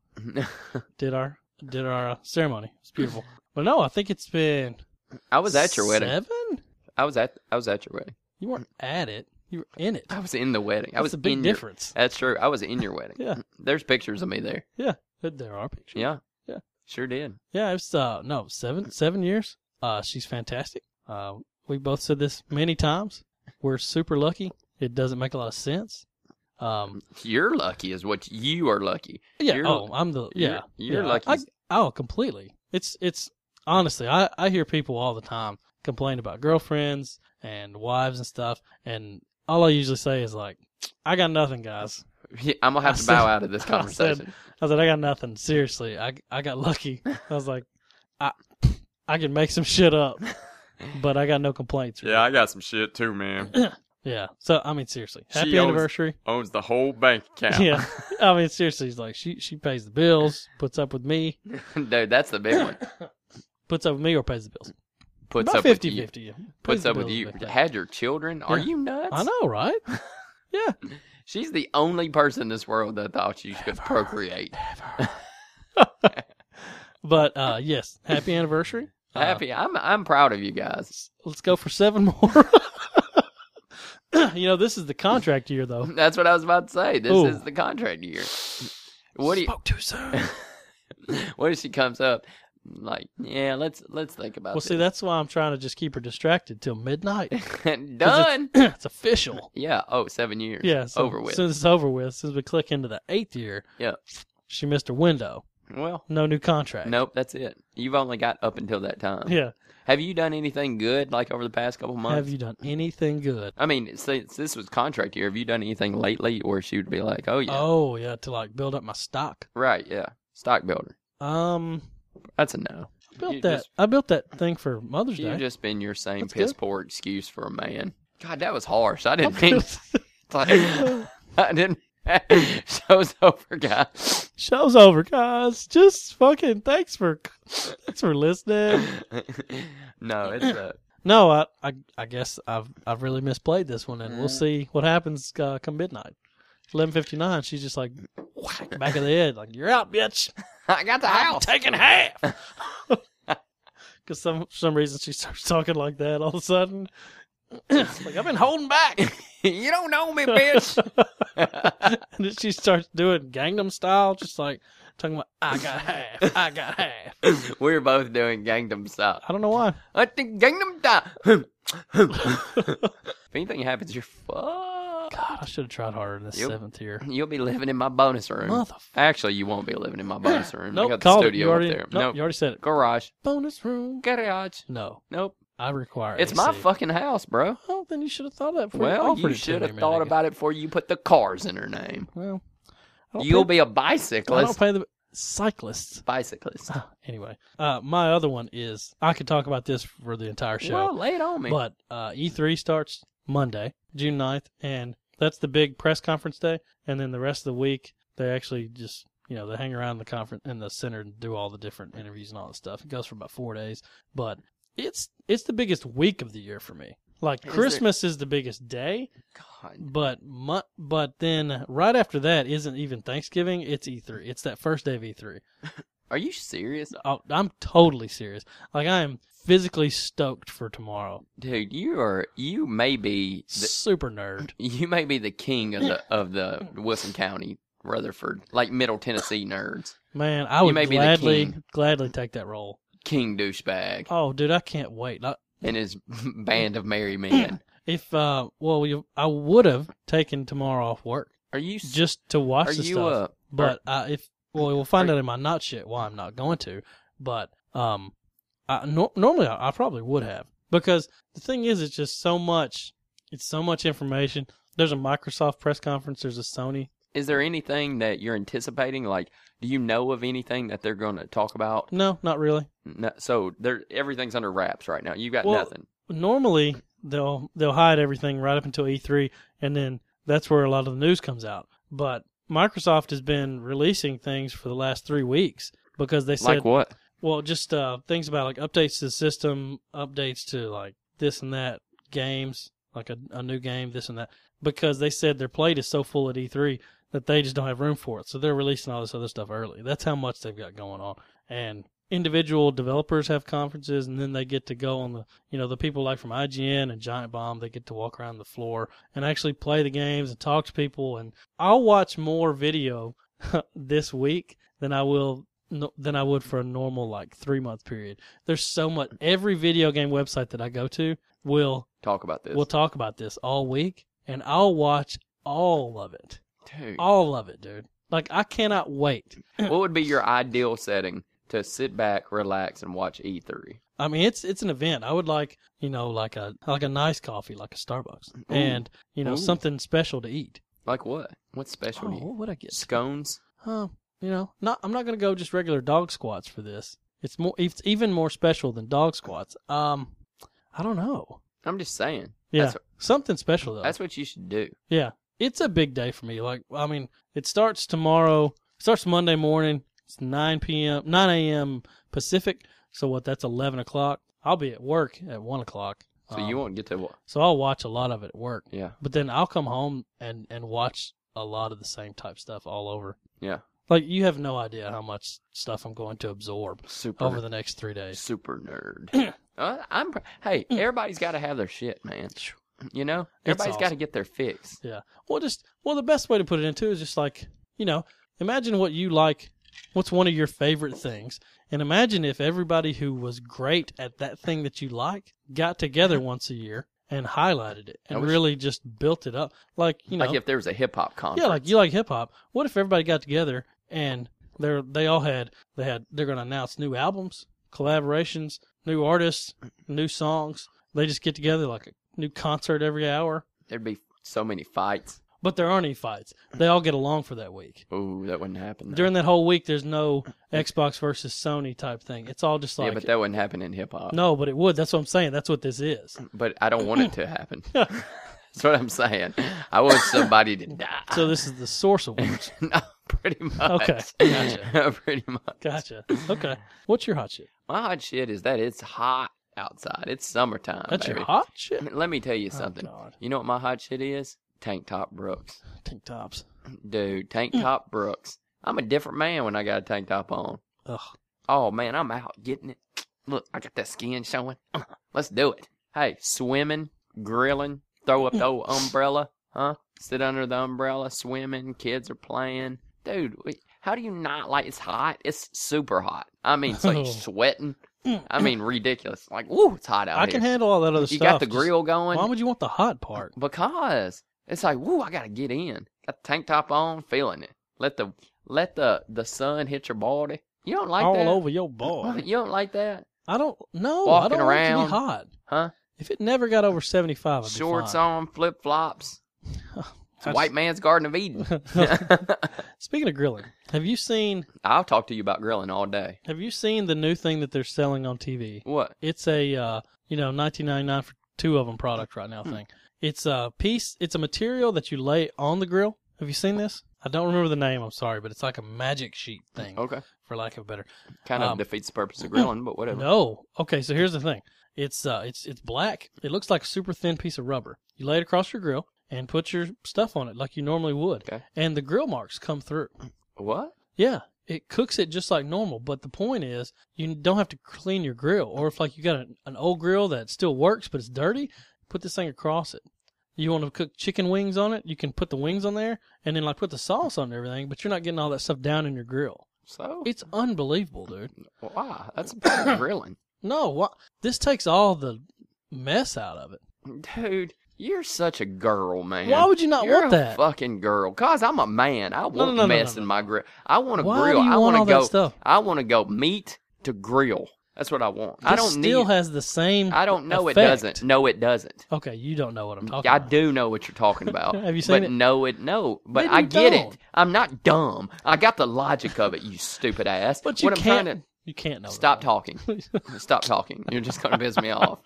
Speaker 1: did our did our uh, ceremony. It's beautiful.
Speaker 2: <laughs>
Speaker 1: But no, I think it's been.
Speaker 2: <laughs> I was at your wedding.
Speaker 1: Seven?
Speaker 2: I was at I was at your wedding.
Speaker 1: You weren't at it. You were in it.
Speaker 2: I was in the wedding. I
Speaker 1: That's
Speaker 2: was
Speaker 1: a big
Speaker 2: in Your,
Speaker 1: difference.
Speaker 2: that's true. I was in your wedding.
Speaker 1: <laughs> Yeah.
Speaker 2: There's pictures of me there.
Speaker 1: But There are pictures.
Speaker 2: Yeah.
Speaker 1: Yeah.
Speaker 2: Sure did.
Speaker 1: Yeah, it's uh no seven seven years. Uh, she's fantastic. Uh, we both said this many times. We're super lucky. It doesn't make a lot of sense. Um,
Speaker 2: You're lucky, is what you are lucky.
Speaker 1: yeah.
Speaker 2: You're-
Speaker 1: oh, I'm the yeah.
Speaker 2: You're, you're
Speaker 1: yeah,
Speaker 2: lucky.
Speaker 1: I, oh, completely. It's it's honestly, I I hear people all the time complain about girlfriends and wives and stuff, and all I usually say is like, I got nothing, guys.
Speaker 2: <laughs> I'm gonna have
Speaker 1: I
Speaker 2: to
Speaker 1: said-
Speaker 2: bow out of
Speaker 1: <laughs>
Speaker 2: this
Speaker 1: I said-
Speaker 2: conversation. <laughs>
Speaker 1: I was like, I got nothing. Seriously, I I got lucky. I was like, I I can make some shit
Speaker 2: <laughs>
Speaker 1: up, but I got no complaints.
Speaker 3: I got some shit too, man.
Speaker 1: yeah. So I mean, seriously,
Speaker 3: She
Speaker 1: happy
Speaker 3: always-
Speaker 1: anniversary.
Speaker 3: Owns the whole bank account.
Speaker 1: <laughs> Yeah, I mean, seriously, it's like she she pays the bills, puts up with me,
Speaker 2: Dude, that's the big one.
Speaker 1: puts up with me or pays the bills.
Speaker 2: Puts
Speaker 1: About
Speaker 2: up
Speaker 1: 50
Speaker 2: with you.
Speaker 1: 50.
Speaker 2: Puts up with you. Had your children? Are
Speaker 1: Yeah.
Speaker 2: you nuts?
Speaker 1: I know, right?
Speaker 2: She's the only person in this world that thought you
Speaker 1: <laughs>
Speaker 2: could procreate.
Speaker 1: But uh yes, happy anniversary. Uh,
Speaker 2: <laughs> Happy. I'm I'm proud of you guys. <laughs>
Speaker 1: Let's go for seven more. <laughs> you know, this is the contract year, though.
Speaker 2: That's what I was about to say. This
Speaker 1: Ooh.
Speaker 2: is the contract year. What do you,
Speaker 1: Spoke too soon.
Speaker 2: <laughs> what if she comes up like, yeah, let's let's think about
Speaker 1: Well, see, that's why I'm trying to just keep her distracted till
Speaker 2: <laughs>
Speaker 1: midnight. 'Cause
Speaker 2: this. Done.
Speaker 1: It's, it's official.
Speaker 2: Yeah. Oh, seven years.
Speaker 1: Yeah. So
Speaker 2: Over with.
Speaker 1: Since it's over with, since we click into the eighth year,
Speaker 2: Yeah.
Speaker 1: she missed her window.
Speaker 2: Well,
Speaker 1: No new contract.
Speaker 2: nope, that's it. You've only got up until that time.
Speaker 1: Yeah.
Speaker 2: Have you done anything good like over the past couple months?
Speaker 1: Have you done anything good?
Speaker 2: I mean, since this was contract year, have you done anything lately where she would be like, oh, yeah.
Speaker 1: Oh yeah, to like build up my stock.
Speaker 2: Right. Yeah. Stock builder.
Speaker 1: Um,
Speaker 2: That's a no.
Speaker 1: I built
Speaker 2: You
Speaker 1: that.
Speaker 2: just-
Speaker 1: I built that thing for Mother's
Speaker 2: You've
Speaker 1: Day.
Speaker 2: just been your same
Speaker 1: That's
Speaker 2: piss
Speaker 1: good.
Speaker 2: poor excuse for a man. God, that was harsh. I
Speaker 1: I <laughs>
Speaker 2: <laughs> didn't mean. it's like- <laughs> I didn't. Show's over, guys. <laughs>
Speaker 1: Show's over, guys. Just fucking thanks for thanks for listening.
Speaker 2: no, it's uh, <laughs>
Speaker 1: No, I, I I guess I've I've really misplayed this one, and we'll
Speaker 2: Mm.
Speaker 1: see what happens uh, come midnight. Eleven fifty nine. She's just like whack back of the head, like you're out, bitch.
Speaker 2: I got the
Speaker 1: I'm
Speaker 2: house.
Speaker 1: taking half. <laughs> Because some for some reason she starts talking like that all of a sudden. like I've been holding back,
Speaker 2: <laughs> you don't know me, bitch.
Speaker 1: <laughs>
Speaker 2: <laughs>
Speaker 1: and then she starts doing Gangnam Style, just like talking about I got half, I got half.
Speaker 2: We're both doing Gangnam Style.
Speaker 1: I don't know why.
Speaker 2: I think Gangnam Style. <laughs> if anything happens, you're fucked.
Speaker 1: God, I should have tried harder in this
Speaker 2: Yep.
Speaker 1: seventh year.
Speaker 2: You'll be living in my bonus room.
Speaker 1: Motherfucker.
Speaker 2: Actually, you won't be living in
Speaker 1: <laughs>
Speaker 2: my bonus room. I
Speaker 1: Nope,
Speaker 2: got the
Speaker 1: called it.
Speaker 2: studio
Speaker 1: You already,
Speaker 2: up there.
Speaker 1: nope, you already said it.
Speaker 2: Garage.
Speaker 1: Bonus room.
Speaker 2: Garage.
Speaker 1: No,
Speaker 2: Nope.
Speaker 1: I require.
Speaker 2: It's my
Speaker 1: AC.
Speaker 2: fucking house, bro.
Speaker 1: Oh, then you should have thought of that. Before
Speaker 2: Well,
Speaker 1: offered it
Speaker 2: you
Speaker 1: to
Speaker 2: should
Speaker 1: me,
Speaker 2: have
Speaker 1: man.
Speaker 2: thought about it before you put the cars in her name.
Speaker 1: Well, I don't
Speaker 2: You'll
Speaker 1: pay,
Speaker 2: be a
Speaker 1: I don't
Speaker 2: bicyclist.
Speaker 1: pay the cyclists.
Speaker 2: Bicyclists.
Speaker 1: Anyway, uh, my other one is I could talk about this for the entire show.
Speaker 2: Well, lay it on me.
Speaker 1: But uh, E3 starts Monday, June 9th, and that's the big press conference day. And then the rest of the week, they actually just, you know, they hang around the conference in the center and do all the different interviews and all that stuff. It goes for about four days, but it's it's the biggest week of the year for me. Like
Speaker 2: Is it-
Speaker 1: Christmas is the biggest day,
Speaker 2: God.
Speaker 1: but mu- but then right after that isn't even Thanksgiving. It's E3. It's that first day of E3.
Speaker 2: Are you serious?
Speaker 1: Oh, I'm totally serious. Like I am physically stoked for tomorrow.
Speaker 2: Dude, you are you may be the,
Speaker 1: Super nerd.
Speaker 2: you may be the king of the of the Wilson County, Rutherford, like Middle Tennessee nerds.
Speaker 1: Man, I would
Speaker 2: may be the
Speaker 1: gladly
Speaker 2: king.
Speaker 1: gladly take that role.
Speaker 2: King douchebag
Speaker 1: Oh, dude, I can't wait. Like,
Speaker 2: and his <laughs> band of
Speaker 1: <clears throat>
Speaker 2: merry men.
Speaker 1: if uh, well, we, I would have taken tomorrow off work
Speaker 2: Are you s-
Speaker 1: just to watch
Speaker 2: are
Speaker 1: the
Speaker 2: you
Speaker 1: stuff.
Speaker 2: uh
Speaker 1: but uh, if well, we'll find
Speaker 2: are-
Speaker 1: out in my not shit why I'm not going to. But um, I, nor normally I, I probably would have because the thing is, it's just so much. It's so much information. There's a Microsoft press conference. There's a Sony.
Speaker 2: is there anything that you're anticipating? Like, do you know of anything that they're going to talk about?
Speaker 1: No, not really.
Speaker 2: No, so there, everything's under wraps right now. You got
Speaker 1: Well-
Speaker 2: nothing.
Speaker 1: normally they'll they'll hide everything right up until E3, and then that's where a lot of the news comes out. But Microsoft has been releasing things for the last three weeks because they said,
Speaker 2: Like what?
Speaker 1: well, just uh, things about like updates to the system, updates to like this and that games, like a, a new game, this and that, because they said their plate is so full at E3 that they just don't have room for it. So they're releasing all this other stuff early. That's how much they've got going on. And individual developers have conferences, and then they get to go on the, you know, the people like from IGN and Giant Bomb, they get to walk around the floor and actually play the games and talk to people. And I'll watch more video <laughs> this week than I will. No, than I would for a normal like three month period. There's so much. Every video game website that I go to will
Speaker 2: Talk about this,
Speaker 1: We'll talk about this all week, and I'll watch all of it.
Speaker 2: dude.
Speaker 1: All of it, dude. Like I cannot wait.
Speaker 2: what would be your ideal setting to sit back, relax, and watch E E3?
Speaker 1: I mean, it's it's an event. I would like you know like a like a nice coffee, like a Starbucks, and you know
Speaker 2: Ooh.
Speaker 1: something special to eat.
Speaker 2: Like what? What's special?
Speaker 1: Oh,
Speaker 2: to you?
Speaker 1: what would I get?
Speaker 2: Scones?
Speaker 1: Huh? You know, not I'm not gonna go just regular dog squats for this. It's more it's even more special than dog squats. Um, I don't know.
Speaker 2: I'm just saying.
Speaker 1: Yeah,
Speaker 2: That's,
Speaker 1: something special though.
Speaker 2: that's what you should do.
Speaker 1: Yeah, it's a big day for me. Like, I mean, it starts tomorrow. It starts Monday morning. It's nine p.m. nine a.m. Pacific. So what? That's eleven o'clock. I'll be at work at one o'clock.
Speaker 2: So
Speaker 1: Um,
Speaker 2: you won't get to what?
Speaker 1: So I'll watch a lot of it at work.
Speaker 2: Yeah.
Speaker 1: But then I'll come home and and watch a lot of the same type stuff all over.
Speaker 2: Yeah.
Speaker 1: Like you have no idea how much stuff I'm going to absorb
Speaker 2: Super
Speaker 1: over the next three days.
Speaker 2: super
Speaker 1: <clears throat>
Speaker 2: nerd. Uh, I'm pr- hey,
Speaker 1: Mm.
Speaker 2: everybody's got to have their shit, man. You know, everybody's got to
Speaker 1: awesome.
Speaker 2: get their fix.
Speaker 1: Well, just well, the best way to put it into is just like you know, imagine what you like. What's one of your favorite things? And imagine if everybody who was great at that thing that you like got together once a year and highlighted it and
Speaker 2: Mm-hmm. I wish-
Speaker 1: really just built it up. Like you know,
Speaker 2: Like if there was a hip hop conference.
Speaker 1: yeah, like you like hip hop. What if everybody got together and they're they all had they had they're going to announce new albums, collaborations, new artists,
Speaker 2: Mm-hmm.
Speaker 1: new songs. They just get together like a new concert every hour,
Speaker 2: there'd be so many fights.
Speaker 1: but there aren't any fights. They all get along for that week.
Speaker 2: Ooh, that wouldn't happen. though.
Speaker 1: during that whole week there's no Xbox versus Sony type thing. It's all just
Speaker 2: yeah,
Speaker 1: like
Speaker 2: but that wouldn't happen in hip hop.
Speaker 1: no, but it would. That's what I'm saying. That's what this is.
Speaker 2: but I don't want it
Speaker 1: <laughs>
Speaker 2: to happen. <laughs> That's what I'm saying. I want somebody to die.
Speaker 1: <laughs>
Speaker 2: <laughs>
Speaker 1: So this is the source of words.
Speaker 2: no, pretty much. <laughs>
Speaker 1: Okay, gotcha.
Speaker 2: pretty much.
Speaker 1: Gotcha. Okay. What's your hot shit?
Speaker 2: My hot shit is that it's hot outside. It's summertime.
Speaker 1: That's
Speaker 2: baby.
Speaker 1: your hot shit.
Speaker 2: Let me tell you
Speaker 1: Oh,
Speaker 2: something.
Speaker 1: God.
Speaker 2: you know what my hot shit is? Tank top Brooks.
Speaker 1: Tank tops.
Speaker 2: Dude, tank top Brooks. I'm a different man when I got a tank top on.
Speaker 1: Ugh.
Speaker 2: Oh man, I'm out getting it. Look, I got that skin showing. <clears throat> Let's do it. Hey, swimming, grilling, throw up the old umbrella, huh? Sit under the umbrella, swimming, kids are playing. Dude, we- how do you not like it's hot? It's super hot. I mean, so
Speaker 1: <laughs>
Speaker 2: you're sweating. I mean, ridiculous. Like, woo, it's hot out
Speaker 1: I
Speaker 2: here.
Speaker 1: can handle all that other
Speaker 2: you
Speaker 1: stuff.
Speaker 2: got the
Speaker 1: Just-
Speaker 2: grill going.
Speaker 1: Why would you want the hot part?
Speaker 2: Because it's like, woo, I gotta get in. Got the tank top on, feeling it. Let the let the the sun hit your body. You don't like
Speaker 1: all
Speaker 2: that.
Speaker 1: over your boy.
Speaker 2: You don't like that,
Speaker 1: I don't. No, I
Speaker 2: Walking
Speaker 1: don't want it to
Speaker 2: around.
Speaker 1: be hot.
Speaker 2: huh?
Speaker 1: If it never got over 75, I'd be
Speaker 2: Shorts
Speaker 1: fine. <laughs>
Speaker 2: on, flip flops. It's white man's Garden of Eden. <laughs>
Speaker 1: Speaking of grilling, have you seen
Speaker 2: I'll talk to you about grilling all day.
Speaker 1: have you seen the new thing that they're selling on TV?
Speaker 2: What?
Speaker 1: It's a uh, you know nineteen ninety nine for two of them product right now thing. It's a piece. It's a material that you lay on the grill. Have you seen this? I don't remember the name. I'm sorry, but it's like a magic sheet thing,
Speaker 2: Okay.
Speaker 1: for lack of a better.
Speaker 2: Kind of
Speaker 1: Um,
Speaker 2: defeats the
Speaker 1: <clears throat>
Speaker 2: purpose of grilling, but whatever.
Speaker 1: No. Okay, so here's the thing. It's uh, it's it's black. It looks like a super thin piece of rubber. You lay it across your grill and put your stuff on it like you normally would.
Speaker 2: Okay.
Speaker 1: And the grill marks come through.
Speaker 2: What?
Speaker 1: Yeah, it cooks it just like normal. But the point is, you don't have to clean your grill. Or if like you got an, an old grill that still works but it's dirty, put this thing across it. You want to cook chicken wings on it? You can put the wings on there and then like put the sauce on and everything. But you're not getting all that stuff down in your grill.
Speaker 2: So?
Speaker 1: It's unbelievable, dude.
Speaker 2: Why? That's a part of grilling.
Speaker 1: No, wha this takes all the mess out of it.
Speaker 2: Dude, you're such a girl, man.
Speaker 1: Why would you not
Speaker 2: You're
Speaker 1: want
Speaker 2: a
Speaker 1: that?
Speaker 2: fucking girl. Cause I'm a man. I want
Speaker 1: no, no, no,
Speaker 2: mess
Speaker 1: no,
Speaker 2: in my grill. I want to
Speaker 1: Why
Speaker 2: grill.
Speaker 1: do you
Speaker 2: I
Speaker 1: want
Speaker 2: want
Speaker 1: all
Speaker 2: to
Speaker 1: that
Speaker 2: go.
Speaker 1: stuff?
Speaker 2: I want to go meat to grill. That's what I want. I
Speaker 1: This
Speaker 2: don't
Speaker 1: still
Speaker 2: need.
Speaker 1: has the same.
Speaker 2: I don't know. It
Speaker 1: effect.
Speaker 2: doesn't. No, it doesn't.
Speaker 1: Okay, you don't know what I'm talking
Speaker 2: I
Speaker 1: about.
Speaker 2: do know what
Speaker 1: <laughs>
Speaker 2: you're talking about.
Speaker 1: Have you seen
Speaker 2: but
Speaker 1: it?
Speaker 2: No, it no. But
Speaker 1: Then
Speaker 2: I
Speaker 1: you
Speaker 2: get
Speaker 1: don't.
Speaker 2: it. I'm not dumb. I got the logic of it. You stupid ass.
Speaker 1: But you
Speaker 2: what I'm
Speaker 1: can't.
Speaker 2: trying to
Speaker 1: You can't know. what
Speaker 2: stop
Speaker 1: I'm <laughs>
Speaker 2: talking. stop talking. You're just gonna piss me off.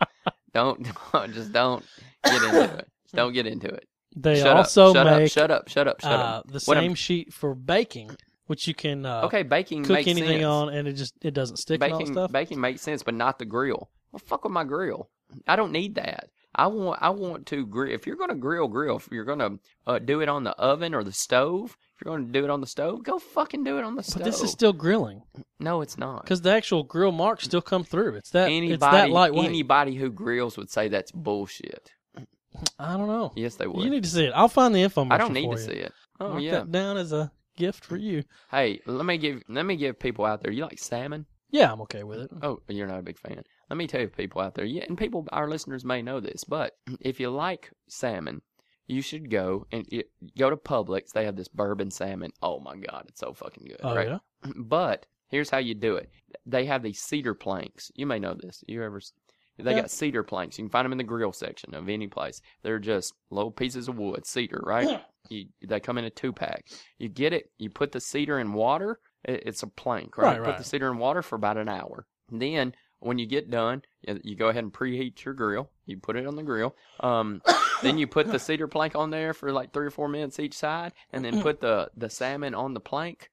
Speaker 2: Don't <laughs> just don't get into it. Just don't get into it.
Speaker 1: They
Speaker 2: shut
Speaker 1: also
Speaker 2: up, shut
Speaker 1: make
Speaker 2: up, shut up, shut up, shut
Speaker 1: uh,
Speaker 2: up.
Speaker 1: the
Speaker 2: What I'm-
Speaker 1: same sheet for baking, which you can uh,
Speaker 2: Okay, baking
Speaker 1: cook
Speaker 2: makes
Speaker 1: anything
Speaker 2: sense.
Speaker 1: on, and it just it doesn't stick and all that
Speaker 2: baking
Speaker 1: stuff.
Speaker 2: baking makes sense, but not the grill. Well, fuck with my grill. I don't need that. I want I want to grill. If you're gonna grill, grill. If you're gonna uh, do it on the oven or the stove, if you're gonna do it on the stove, go fucking do it on the
Speaker 1: but
Speaker 2: stove.
Speaker 1: this is still grilling
Speaker 2: no, it's not.
Speaker 1: because the actual grill marks still come through. It's that
Speaker 2: Anybody,
Speaker 1: it's that lightweight.
Speaker 2: anybody who grills would say that's bullshit.
Speaker 1: I don't know.
Speaker 2: Yes, they would.
Speaker 1: You need to see it. I'll find the info.
Speaker 2: I don't need to see it. Oh
Speaker 1: Mark
Speaker 2: yeah.
Speaker 1: that down as a gift for you.
Speaker 2: Hey, let me give let me give people out there. You like salmon?
Speaker 1: Yeah, I'm okay with it.
Speaker 2: Oh, you're not a big fan. Let me tell you, people out there, yeah, and people, our listeners may know this, but if you like salmon, you should go and y go to Publix. They have this bourbon salmon. Oh my God, it's so fucking good,
Speaker 1: Oh
Speaker 2: right?
Speaker 1: yeah.
Speaker 2: But here's how you do it. They have these cedar planks. You may know this. You ever? s- They
Speaker 1: Yeah.
Speaker 2: got cedar planks. You can find them in the grill section of any place. They're just little pieces of wood, cedar, right?
Speaker 1: Yeah.
Speaker 2: You, they come in a two pack. You get it. You put the cedar in water. It, it's a plank,
Speaker 1: Right,
Speaker 2: right? Put
Speaker 1: right.
Speaker 2: the cedar in water for about an hour. Then when you get done, you, you go ahead and preheat your grill. You put it on the grill.
Speaker 1: <coughs>
Speaker 2: Um, then you put the cedar plank on there for like three or four minutes each side, and then put the the salmon on the plank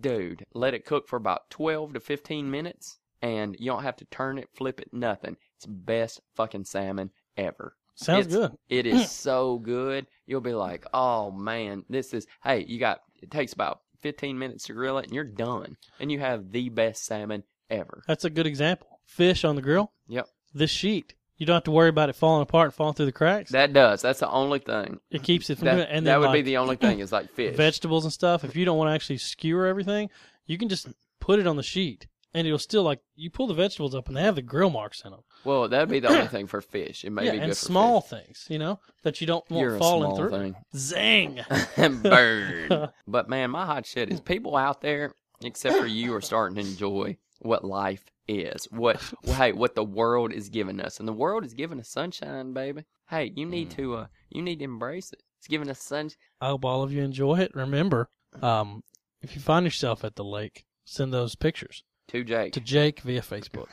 Speaker 2: dude, let it cook for about 12 to 15 minutes, and you don't have to turn it, flip it, nothing. It's best fucking salmon ever.
Speaker 1: Sounds
Speaker 2: It's-
Speaker 1: good.
Speaker 2: It is so good. You'll be like, oh man, this is, hey, you got, it takes about 15 minutes to grill it, and you're done. And you have the best salmon ever.
Speaker 1: That's a good example. Fish on the grill.
Speaker 2: Yep.
Speaker 1: This sheet. You don't have to worry about it falling apart and falling through the cracks.
Speaker 2: That does. That's the only thing.
Speaker 1: it keeps it from doing
Speaker 2: That,
Speaker 1: it. And
Speaker 2: that
Speaker 1: then,
Speaker 2: would be
Speaker 1: like,
Speaker 2: the only thing is like
Speaker 1: <clears throat>
Speaker 2: fish.
Speaker 1: vegetables and stuff, if you don't want to actually skewer everything, you can just put it on the sheet and it'll still like you pull the vegetables up and they have the grill marks in them.
Speaker 2: well, that'd be the only thing for fish. It may
Speaker 1: yeah,
Speaker 2: be good
Speaker 1: and
Speaker 2: for
Speaker 1: small
Speaker 2: fish.
Speaker 1: things, you know, that you don't want
Speaker 2: You're a
Speaker 1: falling
Speaker 2: small
Speaker 1: through.
Speaker 2: thing.
Speaker 1: Zing!
Speaker 2: <laughs>
Speaker 1: <laughs>
Speaker 2: burn. but man, my hot shit is people out there, except for you, are starting to enjoy what life is, what hey, what the world is giving us, and the world is giving us sunshine, baby. Hey, you
Speaker 1: Mm.
Speaker 2: need to uh, you need to embrace it. It's giving us sunshine.
Speaker 1: I hope all of you enjoy it. Remember, um, if you find yourself at the lake, send those pictures
Speaker 2: To Jake,
Speaker 1: to Jake via Facebook,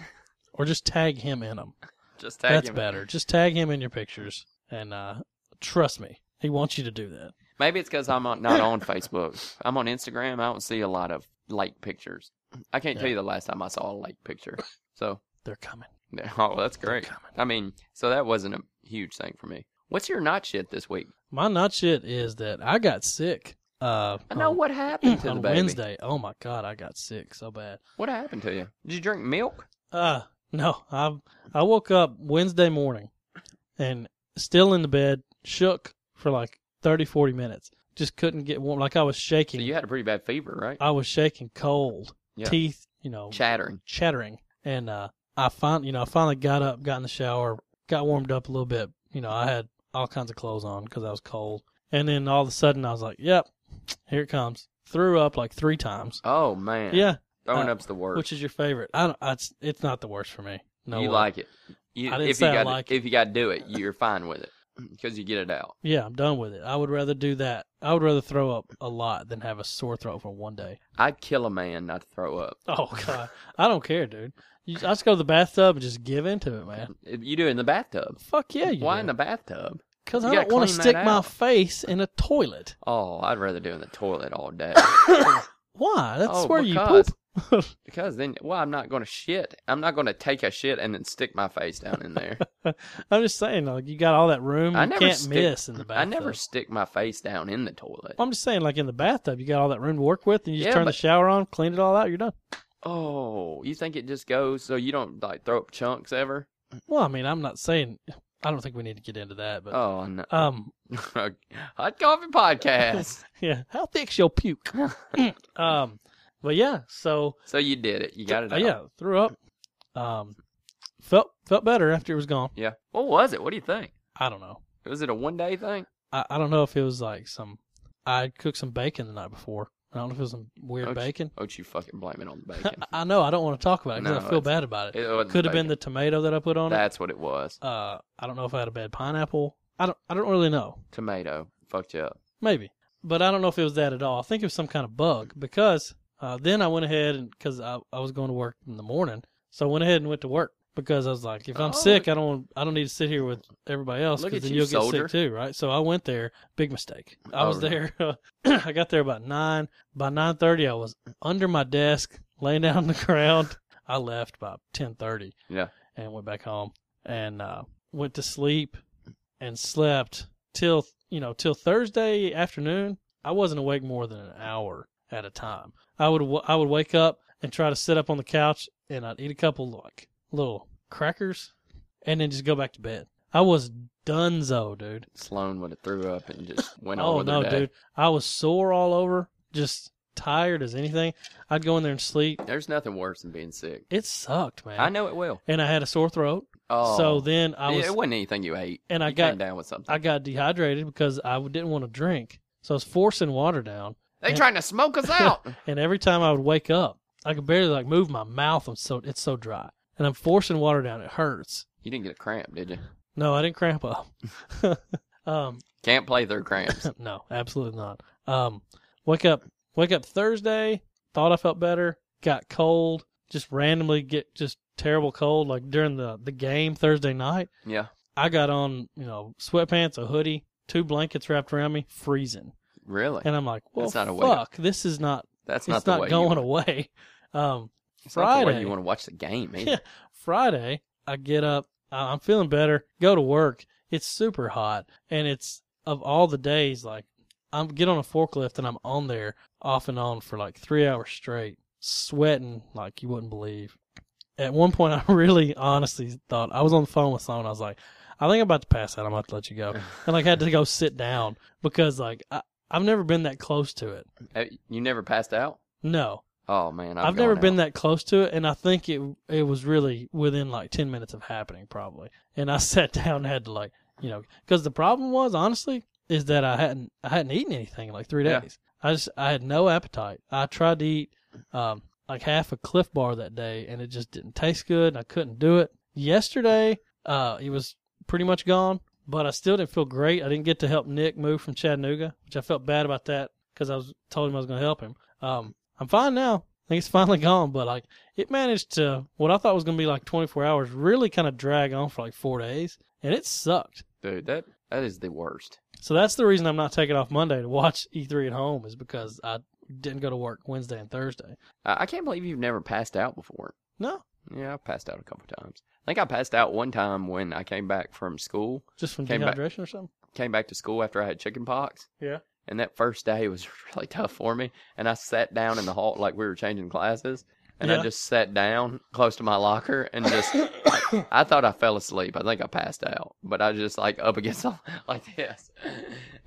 Speaker 1: or just tag him in them.
Speaker 2: just tag
Speaker 1: That's
Speaker 2: him.
Speaker 1: better. Just tag him in your pictures, and uh, trust me, he wants you to do that.
Speaker 2: Maybe it's because I'm on-
Speaker 1: <laughs>
Speaker 2: not on Facebook. I'm on Instagram. I don't see a lot of lake pictures. I can't tell
Speaker 1: Yeah.
Speaker 2: you the last time I saw a lake picture. So, <laughs>
Speaker 1: They're coming.
Speaker 2: oh, that's great.
Speaker 1: They're coming.
Speaker 2: I mean, so that wasn't a huge thing for me. What's your not shit this week?
Speaker 1: My not shit is that I got sick. Uh,
Speaker 2: I know
Speaker 1: on- <clears throat>
Speaker 2: what happened to the
Speaker 1: on
Speaker 2: baby.
Speaker 1: Wednesday. Oh my god, I got sick so bad.
Speaker 2: What happened to you? Did you drink milk?
Speaker 1: Uh no, I I woke up Wednesday morning and still in the bed, shook for like 30 40 minutes. Just couldn't get warm like I was
Speaker 2: So
Speaker 1: shaking.
Speaker 2: you had a pretty bad fever, right?
Speaker 1: I was shaking cold.
Speaker 2: Yeah.
Speaker 1: Teeth, you know,
Speaker 2: Chattering.
Speaker 1: chattering. And uh I fin you know, I finally got up, got in the shower, got warmed up a little bit. You know, I had all kinds of clothes on cuz I was cold. And then all of a sudden I was like, "Yep, here it comes." Threw up like 3 times.
Speaker 2: Oh man.
Speaker 1: yeah.
Speaker 2: Throwing
Speaker 1: uh,
Speaker 2: up's the worst.
Speaker 1: Which is your favorite? I don't. I, it's, it's not the worst for me. No,
Speaker 2: you
Speaker 1: way.
Speaker 2: like it. You,
Speaker 1: I didn't
Speaker 2: if
Speaker 1: say I
Speaker 2: you got
Speaker 1: like it. <laughs>
Speaker 2: if you got to do it, you're fine with it. because you get it out.
Speaker 1: Yeah, I'm done with it. I would rather do that. I would rather throw up a lot than have a sore throat for one day.
Speaker 2: I'd kill a man not to throw up.
Speaker 1: Oh god, I don't care, dude. You, I just go to the bathtub and just give into it, man.
Speaker 2: If You do it in the bathtub.
Speaker 1: Fuck yeah, you.
Speaker 2: Why in the bathtub?
Speaker 1: Because
Speaker 2: you
Speaker 1: I don't
Speaker 2: gotta
Speaker 1: want to
Speaker 2: clean that
Speaker 1: stick my
Speaker 2: out.
Speaker 1: face in a
Speaker 2: <coughs>
Speaker 1: toilet.
Speaker 2: Oh, I'd rather do it in the toilet all day.
Speaker 1: Why? <coughs> That's
Speaker 2: Oh,
Speaker 1: where you
Speaker 2: because-
Speaker 1: poop. <laughs>
Speaker 2: because then, well, I'm not going to shit. I'm not going to take a shit and then stick my face down
Speaker 1: <laughs>
Speaker 2: in there.
Speaker 1: I'm just saying, like you got all that room.
Speaker 2: I
Speaker 1: you
Speaker 2: never
Speaker 1: can't
Speaker 2: stick-
Speaker 1: miss in the bathtub.
Speaker 2: I never stick my face down in the toilet.
Speaker 1: I'm just saying, like in the bathtub, you got all that room to work with, and you just
Speaker 2: Yeah,
Speaker 1: turn the
Speaker 2: but-
Speaker 1: shower on, clean it all out, you're done.
Speaker 2: Oh, you think it just goes so you don't like throw up chunks ever?
Speaker 1: Well, I mean, I'm not saying. I don't think we need to get into that, but
Speaker 2: Oh, no. <laughs>
Speaker 1: um,
Speaker 2: Hot Coffee
Speaker 1: <laughs>
Speaker 2: Podcast.
Speaker 1: yeah, how thick's your
Speaker 2: <laughs>
Speaker 1: puke? um, but yeah, so
Speaker 2: so you did it. You got it
Speaker 1: uh,
Speaker 2: out.
Speaker 1: yeah, threw up. Um, felt felt better after it was gone.
Speaker 2: Yeah. What was it? What do you think?
Speaker 1: I don't know.
Speaker 2: Was it a one day thing?
Speaker 1: I, I don't know if it was like some. I cooked some bacon the night before. I don't know if it was some weird
Speaker 2: Okay.
Speaker 1: bacon. <laughs>
Speaker 2: Oh, you fucking blame it on the bacon.
Speaker 1: I know. I don't want to talk about it because
Speaker 2: No,
Speaker 1: I feel
Speaker 2: it's-
Speaker 1: bad about it.
Speaker 2: It wasn't
Speaker 1: Could have been
Speaker 2: bacon.
Speaker 1: the tomato that I put on it.
Speaker 2: That's what it was.
Speaker 1: Uh, I don't know if I had a bad pineapple. I don't. I don't really know.
Speaker 2: Tomato fucked you up.
Speaker 1: Maybe, but I don't know if it was that at all. I think it was some kind of bug because uh, then I went ahead and because I, I was going to work in the morning, so I went ahead and went to work because I was like, if I'm
Speaker 2: Oh.
Speaker 1: sick, I don't I don't need to sit here with everybody else
Speaker 2: Look
Speaker 1: because
Speaker 2: at
Speaker 1: then
Speaker 2: you,
Speaker 1: will get
Speaker 2: soldier.
Speaker 1: sick too, right? So I went there. Big mistake. I
Speaker 2: Oh,
Speaker 1: was
Speaker 2: no.
Speaker 1: there. <laughs> I got there about nine. By nine thirty, I was under my desk, laying down on the ground. I left by ten thirty.
Speaker 2: Yeah.
Speaker 1: and went back home and uh, went to sleep and slept till you know till Thursday afternoon. I wasn't awake more than an hour at a time. I would w- I would wake up and try to sit up on the couch and I'd eat a couple like little crackers and then just go back to bed. I was donezo, dude.
Speaker 2: Sloan would have threw up and
Speaker 1: <laughs>
Speaker 2: just went on
Speaker 1: Oh
Speaker 2: with
Speaker 1: no,
Speaker 2: her day.
Speaker 1: dude. I was sore all over, just tired as anything. I'd go in there and sleep.
Speaker 2: There's nothing worse than being sick.
Speaker 1: It sucked, man.
Speaker 2: I know it will.
Speaker 1: And I had a sore throat.
Speaker 2: Oh,
Speaker 1: So then I
Speaker 2: Yeah,
Speaker 1: was
Speaker 2: it wasn't anything you ate.
Speaker 1: and I
Speaker 2: You
Speaker 1: got
Speaker 2: came down with something.
Speaker 1: I got dehydrated because I w- didn't want to drink. So I was forcing water down.
Speaker 2: they trying to smoke
Speaker 1: <laughs>
Speaker 2: us out.
Speaker 1: And every time I would wake up, I could barely like move my mouth. I'm so it's so dry. And I'm forcing water down. It hurts.
Speaker 2: you didn't get a cramp, did you?
Speaker 1: No, I didn't cramp up. <laughs> um,
Speaker 2: Can't play through cramps.
Speaker 1: <laughs> no, absolutely not. Um, wake up, wake up Thursday. Thought I felt better. Got cold. Just randomly get just terrible cold. Like during the the game Thursday night,
Speaker 2: yeah.
Speaker 1: I got on you know sweatpants, a hoodie, two blankets wrapped around me, freezing.
Speaker 2: Really?
Speaker 1: And I'm like, well,
Speaker 2: That's not a way to-
Speaker 1: fuck, this is not, it's
Speaker 2: That's not
Speaker 1: not,
Speaker 2: the way you
Speaker 1: going
Speaker 2: want-
Speaker 1: away. <laughs> Um,
Speaker 2: It's not the way
Speaker 1: Friday.
Speaker 2: you want to watch the game. Either.
Speaker 1: Yeah. Friday, I get up, I- I'm feeling better, go to work. It's super hot. And it's of all the days, like I'm get on a forklift and I'm on there off and on for like three hours straight, sweating like you wouldn't believe. At one point, <laughs> I really honestly thought I was on the phone with someone. I was like, I think I'm about to pass out. I'm about to let you go.
Speaker 2: <laughs>
Speaker 1: And like, had to go sit down because like I, I've never been that close to it.
Speaker 2: Uh, You never passed out?
Speaker 1: No,
Speaker 2: Oh man, I've,
Speaker 1: I've, never
Speaker 2: gone
Speaker 1: been
Speaker 2: out.
Speaker 1: that close to it, and I think it it was really within like ten minutes of happening, probably. And I <laughs> sat down, and had to like you know, because the problem was honestly is that I hadn't I hadn't eaten anything in like three
Speaker 2: Yeah.
Speaker 1: days. I just I had no appetite. I tried to eat um, like half a Cliff Bar that day, and it just didn't taste good. And I couldn't do it. Yesterday, uh, it was pretty much gone, but I still didn't feel great. I didn't get to help Nick move from Chattanooga, which I felt bad about that because I was told him I was going to help him. Um, I'm fine now. I think it's finally <laughs> gone, but like it managed to what I thought was going to be like 24 hours really kind of drag on for like four days, and it sucked.
Speaker 2: Dude, that that is the worst.
Speaker 1: So that's the reason I'm not taking off Monday to watch <laughs> E3 at home is because I didn't go to work Wednesday and Thursday.
Speaker 2: I, I can't believe you've never passed out before.
Speaker 1: No,
Speaker 2: Yeah, I passed out a couple times. I think I passed out one time when I came back from school.
Speaker 1: just from
Speaker 2: Came
Speaker 1: dehydration
Speaker 2: back.
Speaker 1: or something.
Speaker 2: Came back to school after I had chicken pox.
Speaker 1: Yeah.
Speaker 2: And that first day was <laughs> really tough for me. And I sat down in the hall like we were changing classes. And
Speaker 1: Yeah.
Speaker 2: I just sat down close to my locker and
Speaker 1: <coughs>
Speaker 2: just I thought I fell asleep. I think I passed out, but I was just like up against <laughs> the- like this.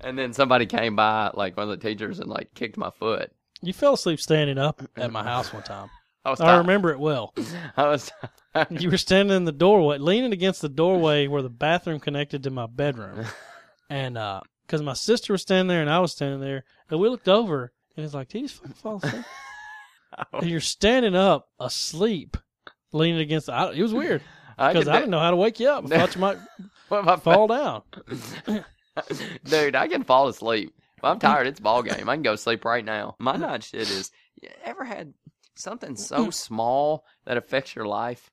Speaker 2: And then somebody came by, like one of the teachers, and like kicked my foot.
Speaker 1: You fell asleep standing <clears throat> up at my house one time.
Speaker 2: I was
Speaker 1: I
Speaker 2: tired.
Speaker 1: remember it well.
Speaker 2: <laughs> I was.
Speaker 1: You were standing in the doorway, leaning against the doorway where the bathroom connected to my
Speaker 2: <laughs>
Speaker 1: bedroom, and uh, because my sister was standing there and I was standing there, and we looked over, and it's like, did he just fucking fall
Speaker 2: <laughs>
Speaker 1: asleep?
Speaker 2: Oh.
Speaker 1: and you're standing up asleep, leaning against. The, I, it was weird
Speaker 2: I
Speaker 1: because
Speaker 2: could
Speaker 1: <laughs>
Speaker 2: <laughs>
Speaker 1: I didn't know how to wake you up. I thought you might
Speaker 2: What my
Speaker 1: fall down.
Speaker 2: <laughs> Dude, I can fall asleep. If I'm tired, it's ball game. I can go sleep right now.
Speaker 1: <laughs>
Speaker 2: My night shit is. You ever had something so small that affects your life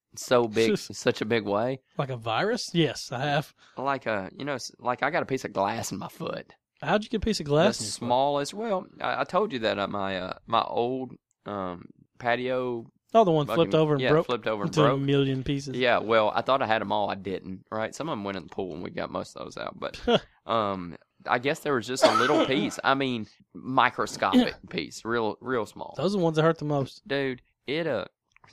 Speaker 1: <laughs>
Speaker 2: so big, in such a big way?
Speaker 1: Like a virus? Yes, I have.
Speaker 2: Like a, you know, s- like I got a piece of glass in my foot.
Speaker 1: How'd you get a piece of
Speaker 2: The
Speaker 1: glass? in your foot?
Speaker 2: smallest. Well, I, I told you that at my uh, my old um, patio.
Speaker 1: Oh, the one flipped
Speaker 2: fucking-
Speaker 1: over and
Speaker 2: yeah,
Speaker 1: broke
Speaker 2: flipped over and
Speaker 1: into a
Speaker 2: broke.
Speaker 1: million pieces.
Speaker 2: <laughs> Yeah, well, I thought I had them all. I didn't. Right? Some of them went in the pool, and we got most of those out. But um, I guess there was just a little piece. I mean, microscopic piece, real, real small.
Speaker 1: Those are the ones that hurt the most.
Speaker 2: Dude, it uh,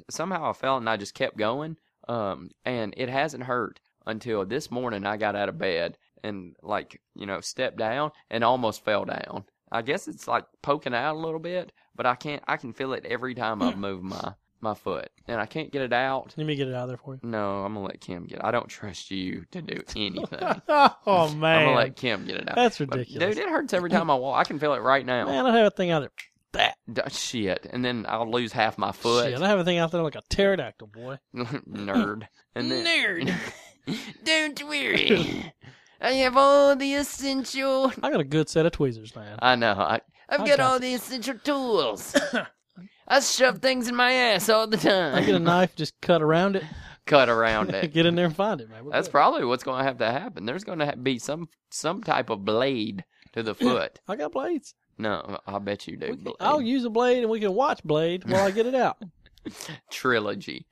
Speaker 2: somehow I fell and I just kept going. Um, and it hasn't hurt until this morning. I got out of bed and like you know stepped down and almost fell down. I guess it's like poking out a little bit, but I can't. I can feel it every time I move my my foot, and I can't get it out.
Speaker 1: Let me get it out of there for
Speaker 2: <laughs>
Speaker 1: you. <laughs>
Speaker 2: No, I'm gonna let Kim get. I don't trust you to do anything. I'm
Speaker 1: oh
Speaker 2: gonna
Speaker 1: man,
Speaker 2: let Kim get it out.
Speaker 1: that's
Speaker 2: But,
Speaker 1: ridiculous.
Speaker 2: Dude, it hurts every time I walk. I can feel it right now.
Speaker 1: man, I have a thing out there. That
Speaker 2: D- shit, and then I'll lose half my foot.
Speaker 1: shit. I have a thing out there like a pterodactyl, boy.
Speaker 2: <laughs> Nerd. And then, <laughs>
Speaker 1: Nerd.
Speaker 2: don't worry. <laughs> I have all the
Speaker 1: <laughs>
Speaker 2: essential.
Speaker 1: I got a good set of tweezers, man.
Speaker 2: I know. I, I've
Speaker 1: I
Speaker 2: got
Speaker 1: got
Speaker 2: all the essential
Speaker 1: <coughs>
Speaker 2: tools. I shove things in my ass all the time.
Speaker 1: I get
Speaker 2: <laughs>
Speaker 1: a knife, just cut around it, <laughs>
Speaker 2: Cut around it.
Speaker 1: get in there and find it, man. We're
Speaker 2: That's
Speaker 1: good.
Speaker 2: probably what's going to have to happen. There's going to ha- be some some type of blade
Speaker 1: <coughs>
Speaker 2: to the foot.
Speaker 1: I got blades.
Speaker 2: No, I bet you
Speaker 1: We Oh,
Speaker 2: do.
Speaker 1: can-
Speaker 2: Blade.
Speaker 1: I'll use a blade and we can watch Blade while I get it
Speaker 2: <laughs>
Speaker 1: out.
Speaker 2: Trilogy.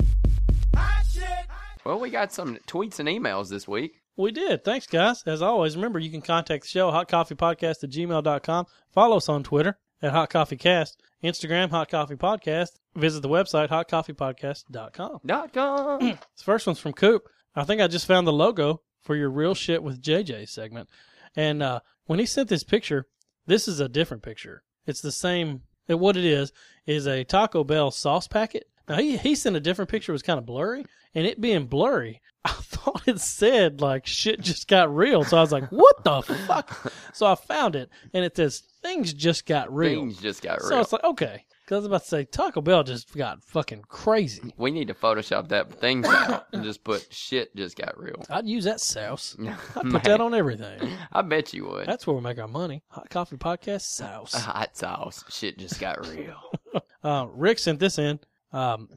Speaker 2: Well, we got some tweets and emails this week.
Speaker 1: We did. Thanks, guys. As always, remember you can contact the show, hotcoffeepodcast at gmail.com. Follow us on Twitter at Hot Coffee Cast, Instagram, Hot Coffee Podcast. Visit the website, hotcoffeepodcast.com.
Speaker 2: Dot com.
Speaker 1: This first one's from Coop. I think I just found the logo for your Real Shit with JJ segment. And uh, when he sent this picture, this is a different picture. It's the same. It, what it is is a Taco Bell sauce packet. Now he he sent a different picture. It was kind of blurry, and it being blurry, <laughs> I thought it said like shit just got real. So I was like, what the
Speaker 2: <laughs>
Speaker 1: fuck? So I found it, and it says things just got real.
Speaker 2: Things just got
Speaker 1: so
Speaker 2: real.
Speaker 1: it's like okay, because I was about to say Taco Bell just got fucking crazy.
Speaker 2: we need to Photoshop that
Speaker 1: <coughs>
Speaker 2: things out and just put shit just got real. <laughs>
Speaker 1: I'd use that sauce. I'd
Speaker 2: Man,
Speaker 1: put that on
Speaker 2: <laughs>
Speaker 1: everything.
Speaker 2: I bet you would.
Speaker 1: That's where we make our money. Hot Coffee Podcast
Speaker 2: A
Speaker 1: sauce.
Speaker 2: hot sauce. Shit just got
Speaker 1: <laughs>
Speaker 2: real.
Speaker 1: Uh, Rick sent this in. Um,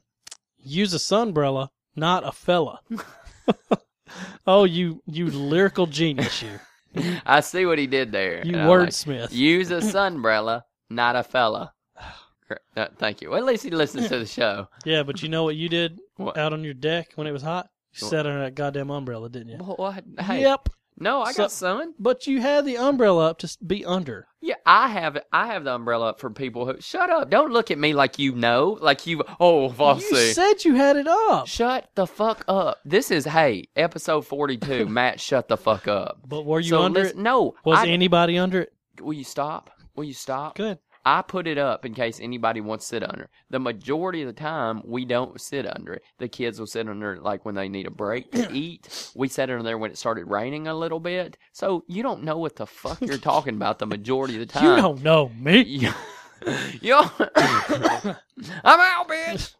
Speaker 1: use a sunbrella, not a fella. <laughs> oh, you you lyrical genius,
Speaker 2: <laughs>
Speaker 1: you
Speaker 2: I see what he did there.
Speaker 1: you
Speaker 2: and I like
Speaker 1: wordsmith.
Speaker 2: Use
Speaker 1: <laughs>
Speaker 2: a sunbrella, not
Speaker 1: <sighs>
Speaker 2: a fella. Gr- uh, Thank you. Well, at least he listens to the show.
Speaker 1: yeah, but you know what you did
Speaker 2: What?
Speaker 1: out on your deck when it was hot? You
Speaker 2: What?
Speaker 1: sat under that goddamn umbrella, didn't you?
Speaker 2: Wha- What? Hey,
Speaker 1: Yep.
Speaker 2: no, I got sun.
Speaker 1: But you had the umbrella up to s- be under.
Speaker 2: Yeah, I have it. I have the umbrella up for people who shut up. Don't look at me like you know, like you. Oh,
Speaker 1: you
Speaker 2: Fossey.
Speaker 1: said you had it up.
Speaker 2: Shut the fuck up. This is hey, episode
Speaker 1: <laughs>
Speaker 2: forty-two. Matt, shut the fuck up.
Speaker 1: But were you
Speaker 2: so
Speaker 1: under
Speaker 2: listen-
Speaker 1: it?
Speaker 2: No.
Speaker 1: Was
Speaker 2: I-
Speaker 1: anybody under it?
Speaker 2: will you stop? Will you stop?
Speaker 1: Good.
Speaker 2: I put it up in case anybody wants to sit under. it. The majority of the time, we don't sit under it. The kids will sit under it like when they need a break
Speaker 1: <clears throat>
Speaker 2: to eat. We sat under there when it started raining a little bit. So you don't know what the fuck you're talking about the majority of the
Speaker 1: <laughs> You
Speaker 2: time.
Speaker 1: don't know me.
Speaker 2: <laughs> You, you I'm out, bitch.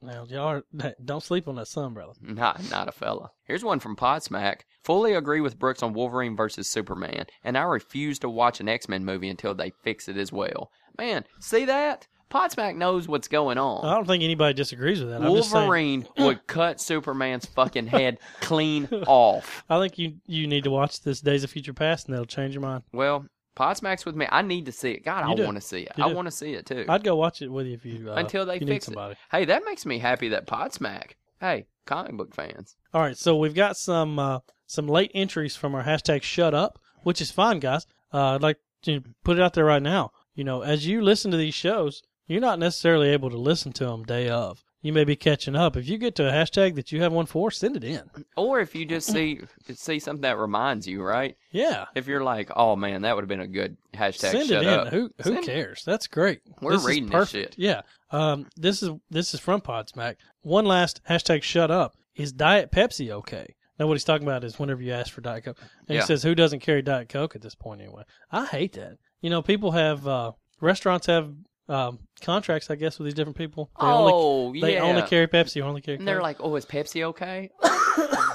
Speaker 1: Now, y'all are- <laughs> don't sleep on that sunbrella.
Speaker 2: Not, not a fella. Here's one from Podsmack. Fully agree with Brooks on Wolverine versus Superman, and I refuse to watch an X Men movie until they fix it as well. Man, see that? Podsmack knows what's going on.
Speaker 1: I don't think anybody disagrees with that. Oh, I'm just saying,
Speaker 2: Wolverine
Speaker 1: <clears throat>
Speaker 2: would cut Superman's fucking head clean off.
Speaker 1: I think you you need to watch this Days of Future Past, and that'll change your mind.
Speaker 2: Well, Podsmack's with me. I need to see it. God,
Speaker 1: You
Speaker 2: I
Speaker 1: do.
Speaker 2: want to see it.
Speaker 1: You
Speaker 2: I
Speaker 1: do.
Speaker 2: want to see it too.
Speaker 1: I'd go watch it with you if you uh,
Speaker 2: Until they
Speaker 1: if you
Speaker 2: fix it.
Speaker 1: need somebody.
Speaker 2: Hey, that makes me happy that Podsmack. Hey, comic book fans.
Speaker 1: All right, so we've got some uh, some late entries from our hashtag Shut Up, which is fine, guys. Uh, I'd like to put it out there right now. You know, as you listen to these shows, you're not necessarily able to listen to them day of. You may be catching up. If you get to a hashtag that you have one for, send it in.
Speaker 2: Or if you just
Speaker 1: Mm.
Speaker 2: see see something that reminds you, right?
Speaker 1: Yeah,
Speaker 2: If you're like, oh man, that would have been a good hashtag.
Speaker 1: send
Speaker 2: shut
Speaker 1: it
Speaker 2: up.
Speaker 1: in. Who who
Speaker 2: Send-
Speaker 1: cares? That's great.
Speaker 2: We're
Speaker 1: This is
Speaker 2: reading this
Speaker 1: perfect. Yeah. Um. This is this is from Podsmack. One last hashtag. Shut up. Is Diet Pepsi okay? Now what he's talking about is whenever you ask for Diet Coke, and
Speaker 2: Yeah.
Speaker 1: he says who doesn't carry Diet Coke at this point anyway. I hate that. You know, people have uh, restaurants have um, contracts, I guess, with these different people. They only
Speaker 2: Oh,
Speaker 1: they
Speaker 2: yeah.
Speaker 1: only carry Pepsi or only carry.
Speaker 2: and they're
Speaker 1: Coke.
Speaker 2: like, oh, is Pepsi okay?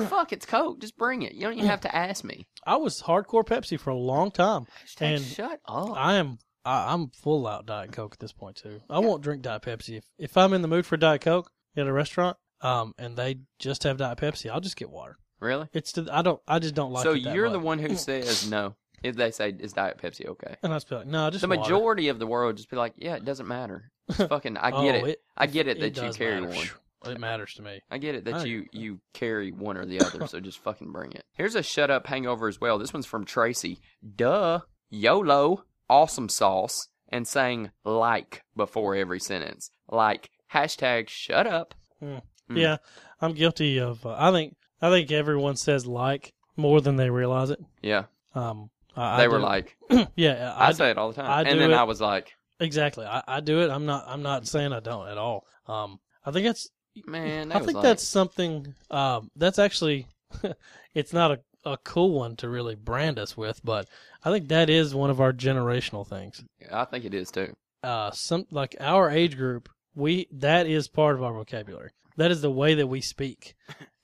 Speaker 2: Fuck, it's Coke. Just bring it. You don't even have to ask me.
Speaker 1: I was hardcore Pepsi for a long time.
Speaker 2: Hashtag
Speaker 1: And
Speaker 2: shut up.
Speaker 1: I am I, I'm full out Diet Coke at this point too. I won't drink Diet Pepsi if if I'm in the mood for Diet Coke at a restaurant. Um, and they just have Diet Pepsi. I'll just get water.
Speaker 2: really?
Speaker 1: It's to, I don't I just don't like.
Speaker 2: so
Speaker 1: it that
Speaker 2: you're the
Speaker 1: much. Mm.
Speaker 2: one who says no. If they say is Diet Pepsi okay,
Speaker 1: and I just be like, no, just
Speaker 2: the
Speaker 1: water.
Speaker 2: majority of the world just be like, yeah, it doesn't matter.
Speaker 1: <laughs>
Speaker 2: It's fucking, I get
Speaker 1: Oh,
Speaker 2: it. I get it, that you
Speaker 1: does
Speaker 2: carry
Speaker 1: matter.
Speaker 2: one.
Speaker 1: It matters to me.
Speaker 2: I get it that
Speaker 1: I-
Speaker 2: you you carry one or the other, so just fucking bring it. Here's a shut up hangover as well. This one's from Tracy. Duh, YOLO, awesome sauce, and saying like before every sentence. Like hashtag shut up. Mm.
Speaker 1: Yeah, I'm guilty of. Uh, I think I think everyone says like more than they realize it.
Speaker 2: Yeah,
Speaker 1: Um, I,
Speaker 2: they
Speaker 1: I
Speaker 2: were
Speaker 1: do-
Speaker 2: like,
Speaker 1: <clears throat> yeah,
Speaker 2: I,
Speaker 1: I,
Speaker 2: say it all the time,
Speaker 1: I do
Speaker 2: and then
Speaker 1: it.
Speaker 2: I was like,
Speaker 1: exactly. I, I do it. I'm not. I'm not saying I don't at all. Um, I think that's.
Speaker 2: man, they
Speaker 1: I
Speaker 2: was
Speaker 1: think
Speaker 2: like-
Speaker 1: that's something. Um, that's actually. <laughs> it's not a a cool one to really brand us with, but I think that is one of our generational things.
Speaker 2: I think it is too.
Speaker 1: uh some like our age group we that is part of our vocabulary that is the way that we
Speaker 2: <laughs>
Speaker 1: speak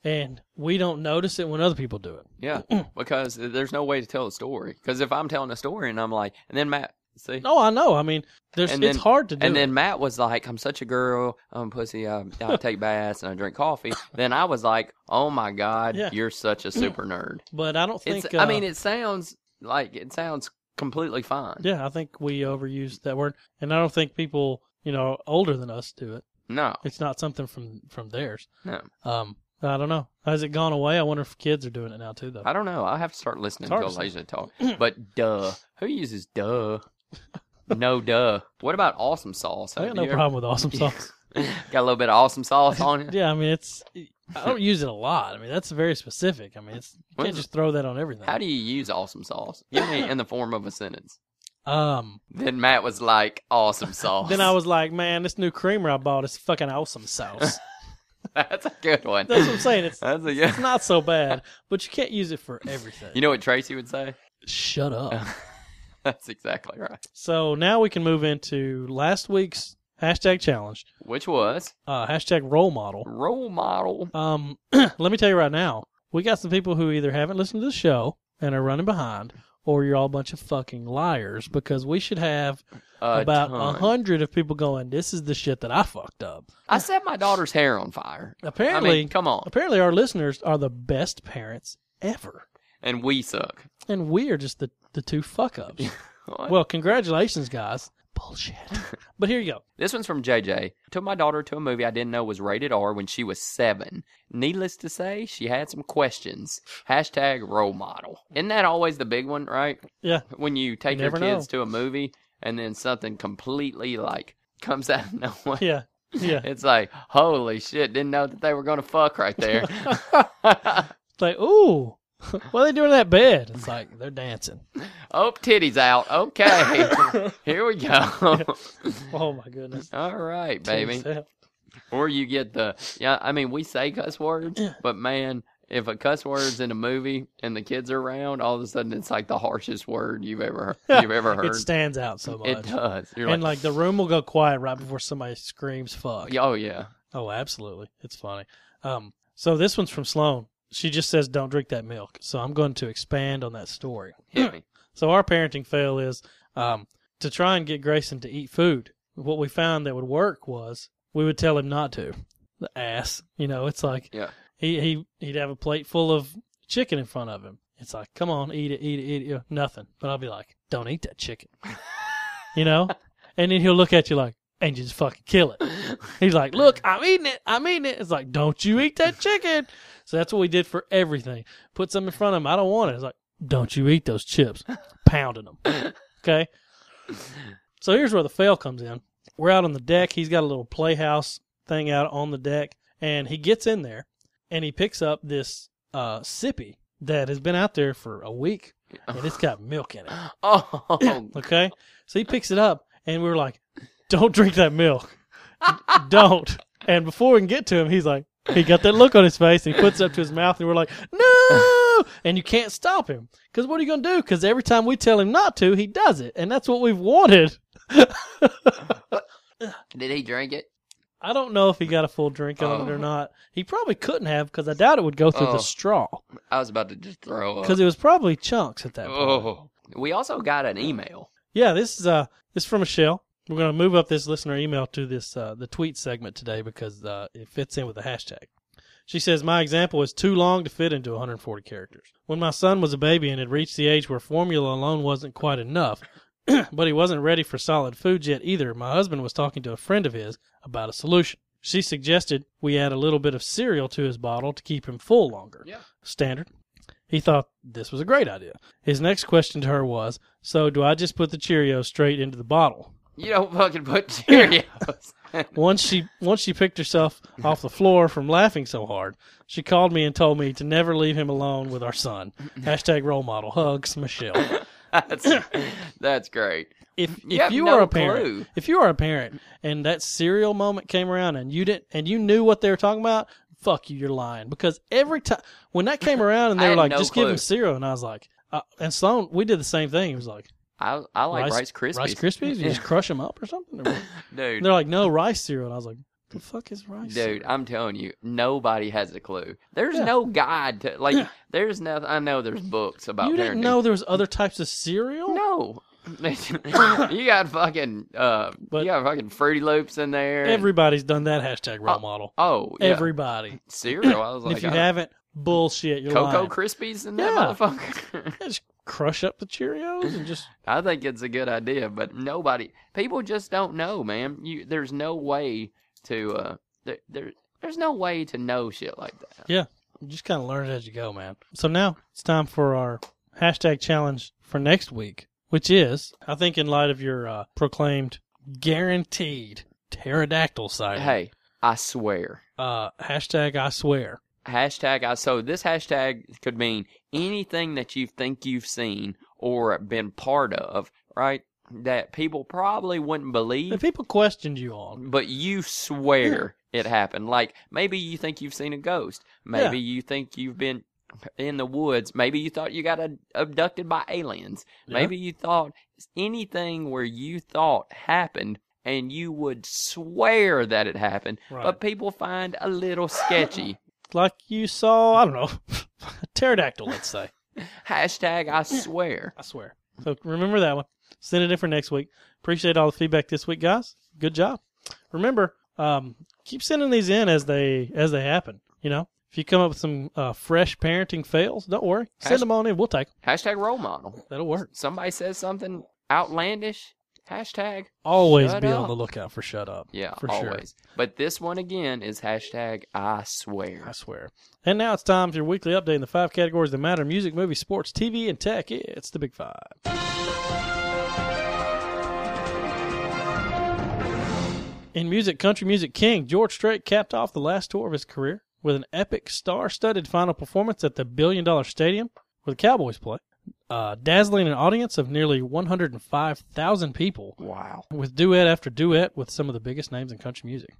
Speaker 1: and we don't notice it when other people do it <clears throat>
Speaker 2: Yeah, because there's no way to tell a story. Because if I'm telling a story and I'm like, and then Matt, see,
Speaker 1: no i know i mean there's
Speaker 2: And
Speaker 1: it's
Speaker 2: then-
Speaker 1: hard to do
Speaker 2: And then
Speaker 1: it.
Speaker 2: Matt was like, I'm such a girl, I'm a pussy, I,
Speaker 1: <laughs>
Speaker 2: I take baths and I drink coffee. Then I was like, oh my God,
Speaker 1: Yeah.
Speaker 2: you're such
Speaker 1: <clears throat>
Speaker 2: a super nerd.
Speaker 1: but i don't think
Speaker 2: It's,
Speaker 1: uh,
Speaker 2: I mean, it sounds like it sounds completely fine.
Speaker 1: yeah i think we overuse that word and i don't think people you know older than us do it
Speaker 2: No,
Speaker 1: it's not something from from theirs
Speaker 2: No.
Speaker 1: um i don't know has it gone away i wonder if kids are doing it now too though
Speaker 2: I don't know. I have to start listening
Speaker 1: It's hard
Speaker 2: to
Speaker 1: to
Speaker 2: Elijah talk.
Speaker 1: <clears throat>
Speaker 2: But duh. Who uses duh?
Speaker 1: <laughs>
Speaker 2: No duh. What about awesome sauce?
Speaker 1: I got
Speaker 2: Have
Speaker 1: no
Speaker 2: you ever-
Speaker 1: problem with
Speaker 2: <laughs>
Speaker 1: awesome sauce
Speaker 2: Got a little bit of awesome
Speaker 1: <laughs>
Speaker 2: sauce on it.
Speaker 1: yeah i mean it's i don't use it a lot i mean that's very specific i mean it's you can't
Speaker 2: When's-
Speaker 1: just throw that on everything
Speaker 2: How do you use awesome sauce? Give me in the form of a sentence.
Speaker 1: Um.
Speaker 2: Then Matt was like, awesome
Speaker 1: <laughs>
Speaker 2: sauce.
Speaker 1: Then I was like, man, this new creamer I bought is fucking awesome
Speaker 2: <laughs>
Speaker 1: sauce.
Speaker 2: That's a good one.
Speaker 1: That's what I'm saying. It's
Speaker 2: <laughs> That's a good.
Speaker 1: it's not so bad, but you can't use it for everything.
Speaker 2: You know what Tracy would say? <laughs>
Speaker 1: Shut up.
Speaker 2: That's exactly right.
Speaker 1: so now we can move into last week's hashtag challenge,
Speaker 2: Which was
Speaker 1: uh, hashtag role model.
Speaker 2: role model.
Speaker 1: Um, <clears throat> let me tell you right now, we got some people who either haven't listened to the show and are running behind, or you're all a bunch of fucking liars because we should have
Speaker 2: A
Speaker 1: about a
Speaker 2: ton.
Speaker 1: hundred of people going, "This is the shit that I fucked up."
Speaker 2: I set my daughter's hair on fire.
Speaker 1: Apparently,
Speaker 2: I mean, come on.
Speaker 1: Apparently, our listeners are the best parents ever,
Speaker 2: And we suck.
Speaker 1: and we are just the, the two fuck ups.
Speaker 2: <laughs> What?
Speaker 1: well, congratulations, guys.
Speaker 2: <laughs>
Speaker 1: Bullshit. But here you go.
Speaker 2: This one's from JJ. Took my daughter to a movie I didn't know was rated R when she was seven. Needless to say, she had some questions. Hashtag role model. Isn't that always the big one, right?
Speaker 1: Yeah.
Speaker 2: When you take
Speaker 1: You
Speaker 2: your
Speaker 1: never know.
Speaker 2: kids to a movie and then something completely like comes out of <laughs> nowhere.
Speaker 1: Yeah, yeah.
Speaker 2: It's like, holy shit, didn't know that they were gonna fuck
Speaker 1: <laughs>
Speaker 2: right there.
Speaker 1: It's like, ooh, <laughs> what are they doing in that bed? It's like they're dancing.
Speaker 2: oh, titties out.
Speaker 1: <laughs>
Speaker 2: Okay. Here we go.
Speaker 1: Oh my goodness,
Speaker 2: All right, baby.
Speaker 1: Jeez,
Speaker 2: Or you get the yeah, I mean we say cuss words, but man, if a cuss word's in a movie and the kids are around, all of a sudden it's like the harshest word you've ever
Speaker 1: <laughs>
Speaker 2: you've ever
Speaker 1: It
Speaker 2: heard.
Speaker 1: stands out so much.
Speaker 2: It does. You're
Speaker 1: and like
Speaker 2: like,
Speaker 1: the room will go quiet right before somebody screams fuck.
Speaker 2: oh yeah.
Speaker 1: Oh, absolutely. It's funny. Um, so this one's from Sloan. She just says, "Don't drink that milk." So I'm going to expand on that story.
Speaker 2: Hit me.
Speaker 1: <clears throat>
Speaker 2: <gasps>
Speaker 1: So our parenting fail is um, to try and get Grayson to eat food. What we found that would work was we would tell him not to. The ass, you know, it's like
Speaker 2: Yeah.
Speaker 1: he he he'd have a plate full of chicken in front of him. It's like, come on, eat it, eat it, eat it. Yeah, Nothing. But I'll be like, don't eat that chicken, you know. And then he'll look at you like, and you just fucking kill it. He's like, look, I'm eating it, I'm eating it. It's like, don't you eat that chicken. So that's what we did for everything. Put something in front of him. I don't want it. It's like, don't you eat those chips. Pounding them. Okay. So here's where the fail comes in. We're out on the deck. He's got a little playhouse thing out on the deck, and he gets in there and he picks up this uh, sippy that has been out there for a week and it's got milk in it.
Speaker 2: Oh
Speaker 1: Okay. So he picks it up, and we were like, don't drink that milk. don't. And before we can get to him, he's like, he got that look on his face, and he puts it up to his mouth, and we're like, no! And you can't stop him. Because what are you going to do? Because every time we tell him not to, he does it. And that's what we've wanted.
Speaker 2: did he drink it?
Speaker 1: I don't know if he got a full drink on it or
Speaker 2: Oh.
Speaker 1: not. He probably couldn't have because I doubt it would go through
Speaker 2: Oh.
Speaker 1: the straw
Speaker 2: I was about to just throw up.
Speaker 1: because it was probably chunks at that point.
Speaker 2: oh. We also got an email.
Speaker 1: Yeah, this is uh this is from Michelle. We're gonna move up this listener email to this uh, the tweet segment today because uh, it fits in with the hashtag. She says my example is too long to fit into 140 characters. When my son was a baby and had reached the age where formula alone wasn't quite enough, <clears throat> but he wasn't ready for solid foods yet either. My husband was talking to a friend of his about a solution. She suggested we add a little bit of cereal to his bottle to keep him full longer.
Speaker 2: Yeah.
Speaker 1: Standard. He thought this was a great idea. His next question to her was, "So do I just put the Cheerios straight into the bottle?"
Speaker 2: You don't fucking put
Speaker 1: <laughs>
Speaker 2: Cheerios.
Speaker 1: Once she once she picked herself off the floor from laughing so hard, she called me and told me to never leave him alone with our
Speaker 2: <clears throat>
Speaker 1: son. Hashtag role model hugs Michelle.
Speaker 2: that's, that's great.
Speaker 1: if if
Speaker 2: You
Speaker 1: you,
Speaker 2: have
Speaker 1: are
Speaker 2: no
Speaker 1: a parent,
Speaker 2: clue.
Speaker 1: if you are a parent, and that serial moment came around, and you didn't, and you knew what they were talking about, fuck you, you're lying. Because every time when that came around, and
Speaker 2: <laughs> I
Speaker 1: they were
Speaker 2: had
Speaker 1: like,
Speaker 2: no
Speaker 1: just give
Speaker 2: clue.
Speaker 1: him cereal, and I was like, uh, and Sloan, we did the same thing. He was like,
Speaker 2: I I like Rice, Krispies.
Speaker 1: Rice Krispies, you just crush them up or something. Or what?
Speaker 2: dude.
Speaker 1: And they're like, no rice cereal, and I was like, the fuck is rice?
Speaker 2: Dude, I'm telling you, nobody has a clue. There's
Speaker 1: Yeah.
Speaker 2: no guide to
Speaker 1: <clears throat>
Speaker 2: like.
Speaker 1: Yeah.
Speaker 2: There's nothing. I know there's books about.
Speaker 1: cereal? you didn't
Speaker 2: parenting.
Speaker 1: know there was other types of cereal?
Speaker 2: No. <laughs> you got fucking uh,
Speaker 1: But-
Speaker 2: you got fucking Fruity Loops in there. and-
Speaker 1: Everybody's done that hashtag role
Speaker 2: Oh,
Speaker 1: model.
Speaker 2: oh, yeah.
Speaker 1: Everybody.
Speaker 2: cereal. I was
Speaker 1: And
Speaker 2: like,
Speaker 1: if you
Speaker 2: I-
Speaker 1: haven't, bullshit. You're
Speaker 2: Cocoa
Speaker 1: lying.
Speaker 2: Krispies in
Speaker 1: Yeah.
Speaker 2: that motherfucker. <laughs>
Speaker 1: Yeah, just crush up the Cheerios and just
Speaker 2: I think it's a good idea, but nobody, people just don't know, man. You, there's no way to, uh, there, there, there's no way to know shit like that.
Speaker 1: You just kind of learn it as you go, man. So now it's time for our hashtag challenge for next week, which is, I think, in light of your uh, proclaimed guaranteed pterodactyl sighting,
Speaker 2: Hey, I swear.
Speaker 1: uh, hashtag I swear.
Speaker 2: Hashtag I. So this hashtag could mean anything that you think you've seen or been part of, right? That people probably wouldn't believe.
Speaker 1: If people questioned you on,
Speaker 2: but you swear it happened. Like maybe you think you've seen a ghost. Maybe you think you've been in the woods. Maybe you thought you got ad- abducted by aliens.
Speaker 1: Yeah.
Speaker 2: Maybe you thought anything where you thought happened and you would swear that it happened,
Speaker 1: Right.
Speaker 2: but people find a
Speaker 1: <laughs>
Speaker 2: little sketchy.
Speaker 1: like you saw, I don't know, <laughs> a pterodactyl, let's say.
Speaker 2: Hashtag I swear.
Speaker 1: I swear. So remember that one. Send it in for next week. Appreciate all the feedback this week, guys. Good job. Remember, um, keep sending these in as they as they happen. You know, if you come up with some uh, fresh parenting fails, don't worry. Send
Speaker 2: Hash-
Speaker 1: them on in. We'll take 'em.
Speaker 2: Hashtag role model.
Speaker 1: That'll work.
Speaker 2: Somebody says something outlandish. Hashtag
Speaker 1: Always
Speaker 2: Shut
Speaker 1: be
Speaker 2: up.
Speaker 1: on the lookout for shut up.
Speaker 2: yeah,
Speaker 1: for
Speaker 2: always.
Speaker 1: sure.
Speaker 2: But this one again is hashtag I swear.
Speaker 1: I swear. And now it's time for your weekly update in the five categories that matter music, movies, sports, TV, and tech. It's the Big Five. In music, country music king George Strait capped off the last tour of his career with an epic, star studded final performance at the Billion Dollar Stadium where the Cowboys play, uh, dazzling an audience of nearly 105,000 people
Speaker 2: Wow.
Speaker 1: with duet after duet with some of the biggest names in country music.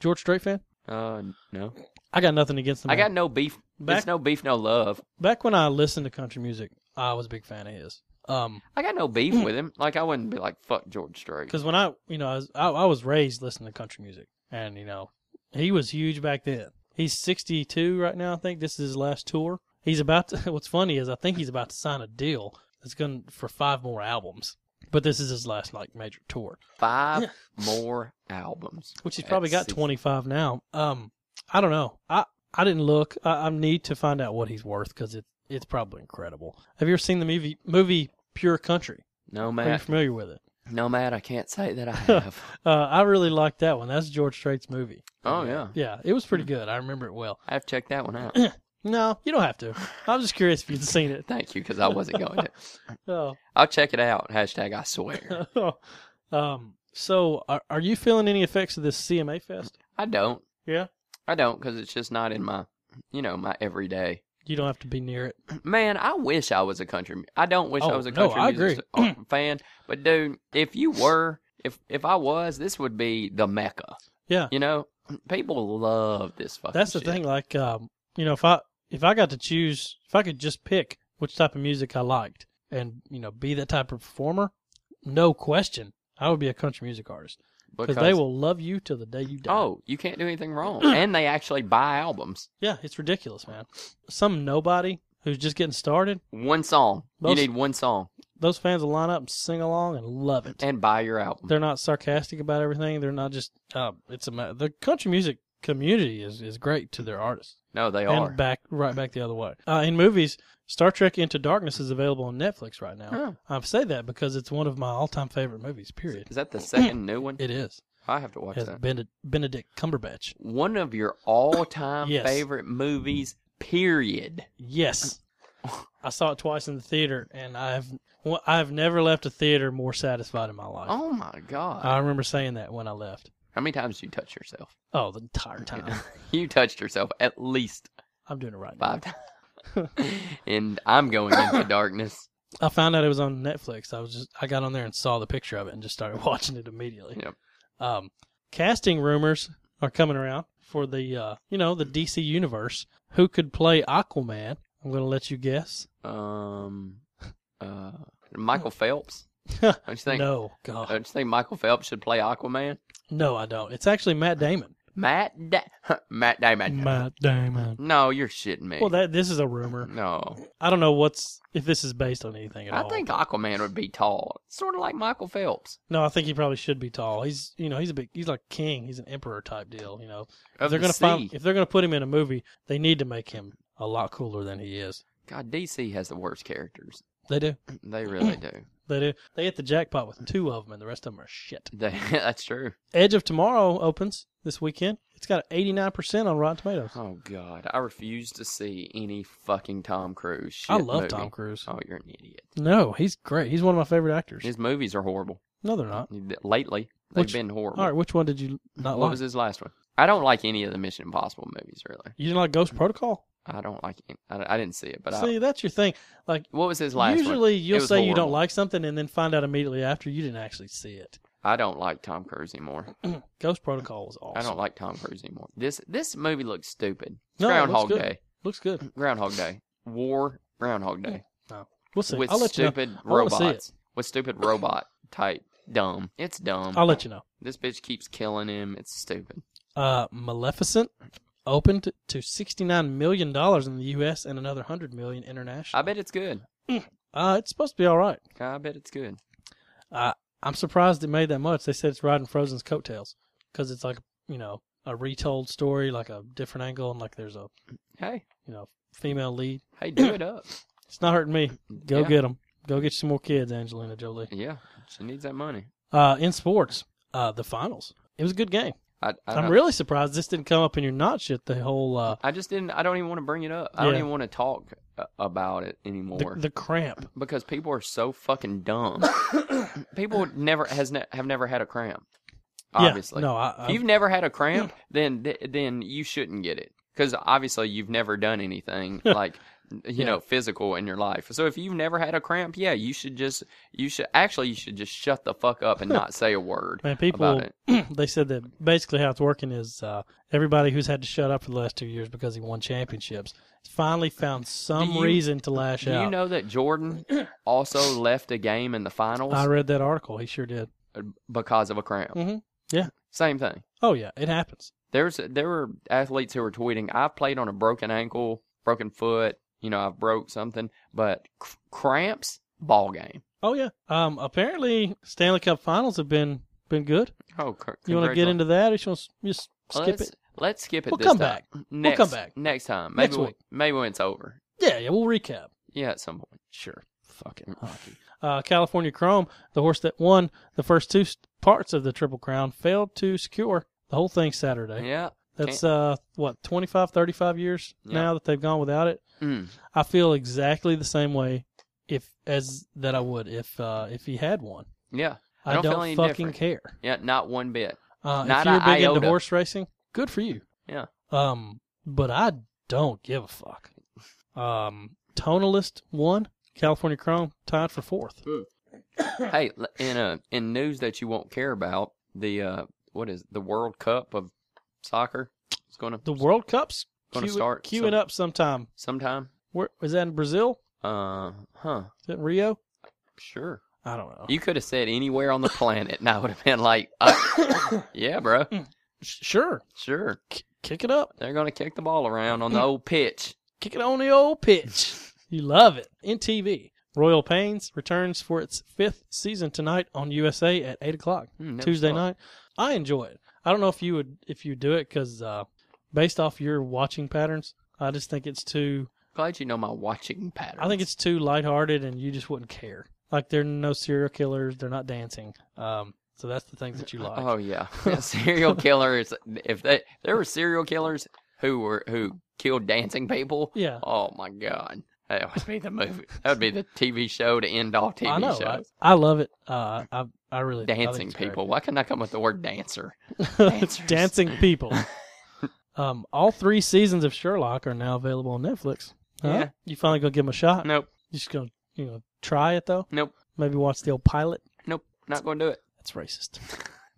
Speaker 1: George Strait fan?
Speaker 2: Uh, no.
Speaker 1: I got nothing against him.
Speaker 2: I got no beef.
Speaker 1: Back-
Speaker 2: There's no beef, no love.
Speaker 1: back when I listened to country music, I was a big fan of his. Um,
Speaker 2: I got no beef with him. Like I wouldn't be like fuck George Strait.
Speaker 1: because when I, you know, I was, I, I was raised listening to country music, and you know, he was huge back then. He's 62 right now. I think this is his last tour. He's about to. <laughs> What's funny is I think he's about to sign a deal that's going to for five more albums. But this is his last like major tour,
Speaker 2: Five more albums.
Speaker 1: which he's
Speaker 2: At
Speaker 1: probably got
Speaker 2: 60.
Speaker 1: 25 now. Um, I don't know. I I didn't look. I, I need to find out what he's worth because it's it's probably incredible. Have you ever seen the movie movie Pure Country?
Speaker 2: No
Speaker 1: Are you
Speaker 2: Matt.
Speaker 1: familiar with it?
Speaker 2: No Matt. I can't say <laughs> that I have.
Speaker 1: Uh, I really liked that one. That's George Strait's movie.
Speaker 2: oh yeah,
Speaker 1: Yeah, it was pretty good. I remember it well.
Speaker 2: I have checked that one out.
Speaker 1: No, you don't have to. I'm just curious if you'd seen it. <laughs>
Speaker 2: Thank you, because I wasn't going to.
Speaker 1: Oh. <laughs>
Speaker 2: I'll check it out. Hashtag I <laughs> swear.
Speaker 1: um, so, are, are you feeling any effects of this CMA Fest?
Speaker 2: I don't.
Speaker 1: Yeah.
Speaker 2: I don't, because it's just not in my, you know, my everyday.
Speaker 1: You don't have to be near it.
Speaker 2: Man, I wish I was a country. mu- I don't wish I
Speaker 1: Oh,
Speaker 2: was a
Speaker 1: no,
Speaker 2: country
Speaker 1: I
Speaker 2: music s- uh,
Speaker 1: <clears throat>
Speaker 2: fan. But dude, if you were, if if I was, this would be the mecca.
Speaker 1: Yeah.
Speaker 2: You know, people love this fucking.
Speaker 1: That's the
Speaker 2: shit.
Speaker 1: thing. Like, um, you know, if I if I got to choose, if I could just pick which type of music I liked, and you know, be that type of performer, no question, I would be a country music artist. because they will love you till the day you die.
Speaker 2: <clears throat> Oh, you can't do
Speaker 1: <clears throat>
Speaker 2: anything wrong. and they actually buy albums.
Speaker 1: yeah, it's ridiculous, man. Some nobody who's just getting started,
Speaker 2: One song.
Speaker 1: Most-
Speaker 2: You need one song
Speaker 1: those fans will line up and sing along and love it.
Speaker 2: and buy your album.
Speaker 1: They're not sarcastic about everything. They're not just. Uh, it's a ma- the country music community is is great to their artists.
Speaker 2: No, they
Speaker 1: and
Speaker 2: are.
Speaker 1: back right back the other way. Uh, in movies, Star Trek Into Darkness is available on Netflix right now.
Speaker 2: Huh.
Speaker 1: I say that because it's one of my all-time favorite movies. Period.
Speaker 2: Is
Speaker 1: <clears throat>
Speaker 2: that the second new one?
Speaker 1: It is.
Speaker 2: I have to watch
Speaker 1: Has
Speaker 2: that.
Speaker 1: Benedict, Benedict Cumberbatch.
Speaker 2: One of your all-time
Speaker 1: Yes.
Speaker 2: favorite movies. Period.
Speaker 1: Yes, I saw it twice in the theater, and I've well, I've never left a theater more satisfied in my life.
Speaker 2: Oh my god!
Speaker 1: I remember saying that when I left.
Speaker 2: How many times did you touch yourself?
Speaker 1: Oh, the entire time.
Speaker 2: You touched yourself at least
Speaker 1: I'm doing it right now.
Speaker 2: five times.
Speaker 1: <laughs>
Speaker 2: and I'm going into darkness.
Speaker 1: I found out it was on Netflix. I was just I got on there and saw the picture of it and just started <laughs> watching it immediately.
Speaker 2: Yep.
Speaker 1: Um, casting rumors are coming around for the uh, you know the DC universe. Who could play Aquaman? I'm going to let you guess.
Speaker 2: Um, uh, Michael Phelps. Don't you
Speaker 1: <laughs>
Speaker 2: think?
Speaker 1: No, God,
Speaker 2: Don't you think Michael Phelps should play Aquaman?
Speaker 1: no, I don't. It's actually Matt Damon.
Speaker 2: Matt da- <laughs> Matt Damon.
Speaker 1: Matt Damon.
Speaker 2: No, you're shitting me.
Speaker 1: Well, that this is a rumor.
Speaker 2: no,
Speaker 1: I don't know what's if this is based on anything at
Speaker 2: I
Speaker 1: all.
Speaker 2: think Aquaman would be tall, sort of like Michael Phelps.
Speaker 1: no, I think he probably should be tall. He's you know he's a big he's like king. He's an emperor type deal. You know
Speaker 2: Of
Speaker 1: if they're
Speaker 2: the
Speaker 1: gonna
Speaker 2: sea.
Speaker 1: find, if they're gonna put him in a movie, they need to make him a lot cooler than he is.
Speaker 2: God, DC has the worst characters. <clears throat>
Speaker 1: They do.
Speaker 2: They really
Speaker 1: <clears throat>
Speaker 2: do.
Speaker 1: They do. They hit the jackpot with two of them, and the rest of them are shit.
Speaker 2: They, <laughs> that's true.
Speaker 1: Edge of Tomorrow opens this weekend. It's got eighty nine percent on Rotten Tomatoes.
Speaker 2: Oh God, I refuse to see any fucking Tom Cruise. Shit
Speaker 1: I love
Speaker 2: movie.
Speaker 1: Tom Cruise.
Speaker 2: Oh, you're an idiot.
Speaker 1: No, he's great. He's one of my favorite actors.
Speaker 2: His movies are horrible.
Speaker 1: No, they're not.
Speaker 2: Lately, they've
Speaker 1: Which-
Speaker 2: been horrible.
Speaker 1: All right, which one did you not
Speaker 2: what
Speaker 1: like?
Speaker 2: was his last one? I don't like any of the Mission Impossible movies. Really,
Speaker 1: You didn't like Ghost Protocol?
Speaker 2: I don't like. Any, I, I didn't see it, but I,
Speaker 1: See, that's your thing. Like
Speaker 2: what was his last one?
Speaker 1: usually, you'll
Speaker 2: was
Speaker 1: say you don't
Speaker 2: horrible.
Speaker 1: like something, and then find out immediately after you didn't actually see it.
Speaker 2: I don't like Tom Cruise anymore.
Speaker 1: Ghost Protocol was awesome.
Speaker 2: I don't like Tom Cruise anymore. This this movie looks stupid.
Speaker 1: No, it looks
Speaker 2: Groundhog
Speaker 1: good.
Speaker 2: Day.
Speaker 1: Looks good.
Speaker 2: Groundhog Day. War. Groundhog Day.
Speaker 1: We'll see.
Speaker 2: With
Speaker 1: I'll let you know.
Speaker 2: stupid
Speaker 1: wanna see it.
Speaker 2: robots. With stupid robot type. Dumb. It's dumb.
Speaker 1: I'll let you know.
Speaker 2: This bitch keeps killing him. It's stupid.
Speaker 1: Uh, Maleficent opened to sixty-nine million dollars in the U.S. and another hundred million international.
Speaker 2: I bet it's good.
Speaker 1: Uh, it's supposed to be all right.
Speaker 2: I bet it's good.
Speaker 1: I'm surprised it made that much. They said it's riding Frozen's coattails because it's like you know a retold story, like a different angle, and like there's a
Speaker 2: Hey,
Speaker 1: you know female lead. <clears throat>
Speaker 2: hey, do it up.
Speaker 1: It's not hurting me. Go get 'em.
Speaker 2: Yeah.
Speaker 1: get them. Go get you some more kids, Angelina Jolie.
Speaker 2: Yeah, she needs that money.
Speaker 1: Uh, in sports, uh, the finals. It was a good game.
Speaker 2: I, I
Speaker 1: I'm
Speaker 2: don't-
Speaker 1: really surprised this didn't come up in your not shit. The whole uh,
Speaker 2: I just didn't. I don't even want to bring it up. I don't
Speaker 1: Yeah.
Speaker 2: even want to talk uh, about it anymore.
Speaker 1: the, the cramp.
Speaker 2: because people are so fucking
Speaker 1: <coughs>
Speaker 2: dumb. people never has ne- have never had a cramp. Obviously,
Speaker 1: yeah, no, I, I,
Speaker 2: if you've
Speaker 1: <coughs>
Speaker 2: never had a cramp, then th- then you shouldn't get it because obviously you've never
Speaker 1: <laughs>
Speaker 2: done anything like you
Speaker 1: Yeah.
Speaker 2: know physical in your life. So if you've never had a cramp, yeah, you should just you should actually you should just shut the
Speaker 1: <laughs>
Speaker 2: fuck up and not say a word.
Speaker 1: Man, people
Speaker 2: about
Speaker 1: <clears throat> they said that basically how it's working is uh, everybody who's had to shut up for the last two years because he won championships finally found some
Speaker 2: Do you-
Speaker 1: reason to lash
Speaker 2: Do
Speaker 1: out.
Speaker 2: you know
Speaker 1: <clears throat>
Speaker 2: that Jordan also left a game in the finals
Speaker 1: I read that article. He sure did.
Speaker 2: because of a cramp?
Speaker 1: Mhm. Yeah.
Speaker 2: same thing.
Speaker 1: Oh yeah, it happens.
Speaker 2: there's there were athletes who were tweeting i've played on a broken ankle broken foot you know i've broke something but cr- cramps ball game
Speaker 1: Oh yeah. Um, apparently Stanley Cup Finals have been been good.
Speaker 2: oh cr-
Speaker 1: You want to get into that, or you want to just skip
Speaker 2: let's,
Speaker 1: it?
Speaker 2: let's skip it
Speaker 1: We'll
Speaker 2: this
Speaker 1: come
Speaker 2: time.
Speaker 1: back.
Speaker 2: next,
Speaker 1: come back.
Speaker 2: next time maybe
Speaker 1: Next
Speaker 2: we-
Speaker 1: week.
Speaker 2: maybe when it's over
Speaker 1: Yeah, yeah. We'll recap.
Speaker 2: yeah at some point
Speaker 1: Sure. Fucking
Speaker 2: Mm.
Speaker 1: hockey. Uh, California Chrome, the horse that won the first two s- parts of the Triple Crown, failed to secure the whole thing Saturday.
Speaker 2: yeah
Speaker 1: That's uh what 25 35 years
Speaker 2: Yeah.
Speaker 1: now that they've gone without it.
Speaker 2: mm.
Speaker 1: I feel exactly the same way if as that I would if uh if he had one.
Speaker 2: yeah I
Speaker 1: I,
Speaker 2: don't
Speaker 1: don't,
Speaker 2: feel any
Speaker 1: fucking
Speaker 2: different.
Speaker 1: care.
Speaker 2: yeah not one bit
Speaker 1: Uh
Speaker 2: Not
Speaker 1: if you're
Speaker 2: a
Speaker 1: big
Speaker 2: iota.
Speaker 1: into horse racing, good for you.
Speaker 2: Yeah.
Speaker 1: Um but I don't give a fuck. Um Tonalist won, California Chrome tied for fourth.
Speaker 2: hey l- in uh in news that you won't care about the uh what is it, the world cup of soccer it's gonna
Speaker 1: The World Cup's
Speaker 2: Gonna
Speaker 1: queue-
Speaker 2: start
Speaker 1: queuing
Speaker 2: some-
Speaker 1: up sometime.
Speaker 2: sometime
Speaker 1: Where is that in Brazil?
Speaker 2: uh huh
Speaker 1: Is that in Rio?
Speaker 2: sure
Speaker 1: I don't know.
Speaker 2: You could have said anywhere on the planet, and I would have been like, uh,
Speaker 1: <coughs>
Speaker 2: "Yeah, bro,
Speaker 1: Sh- sure,
Speaker 2: sure."
Speaker 1: K- kick it up,
Speaker 2: They're gonna kick the ball around on the old pitch.
Speaker 1: kick it on the old
Speaker 2: <laughs>
Speaker 1: pitch. you love it. NTV. Royal Pains returns for its fifth season tonight on USA at eight o'clock.
Speaker 2: Hmm, never
Speaker 1: Tuesday
Speaker 2: saw it.
Speaker 1: night. I enjoy it. I don't know if you would if you do it because uh, based off your watching patterns, I just think it's too.
Speaker 2: Glad you know my watching pattern.
Speaker 1: I think it's too lighthearted, and you just wouldn't care. Like there are no serial killers. They're not dancing. Um, so that's the things that you like.
Speaker 2: Oh yeah, <laughs>
Speaker 1: <laughs>
Speaker 2: Yeah, serial killers. If they there were serial killers who were who killed dancing people,
Speaker 1: yeah,
Speaker 2: oh my god, that would be the movie. That would be the TV show to end all
Speaker 1: <laughs>
Speaker 2: TV
Speaker 1: I know. I,
Speaker 2: shows.
Speaker 1: I love it. Uh, I I really I think
Speaker 2: Dancing
Speaker 1: it's great.
Speaker 2: people. Why couldn't I come up with the word
Speaker 1: <laughs>
Speaker 2: dancer? Dancers.
Speaker 1: dancing <laughs> people. um, all three seasons of Sherlock are now available on Netflix. Huh?
Speaker 2: Yeah.
Speaker 1: You finally gonna give them a shot?
Speaker 2: Nope,
Speaker 1: You just gonna you know try it though?
Speaker 2: Nope.
Speaker 1: Maybe watch the old pilot.
Speaker 2: nope, not going to do it.
Speaker 1: That's racist. <laughs>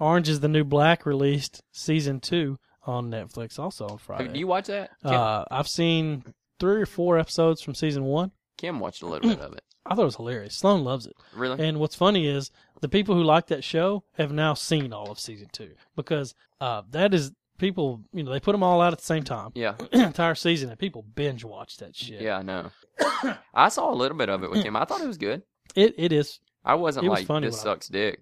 Speaker 1: Orange is the New Black released season two on Netflix, also on
Speaker 2: Have- Do
Speaker 1: Friday.
Speaker 2: you watch that? Kim,
Speaker 1: Uh, I've seen three or four episodes from season one.
Speaker 2: Kim watched a little bit
Speaker 1: <clears throat>
Speaker 2: of it.
Speaker 1: I thought it was hilarious. Sloan loves it.
Speaker 2: Really?
Speaker 1: And what's funny is the people who like that show have now seen all of season two because uh, that is people, you know, they put them all out at the same time, <clears throat>
Speaker 2: yeah,
Speaker 1: entire season, and people binge watch that shit.
Speaker 2: yeah, I know. I saw a little bit of
Speaker 1: <clears throat>
Speaker 2: it with him. I thought it was good.
Speaker 1: It, it is
Speaker 2: I wasn't
Speaker 1: It was
Speaker 2: like
Speaker 1: funny
Speaker 2: this
Speaker 1: when I-
Speaker 2: sucks dick.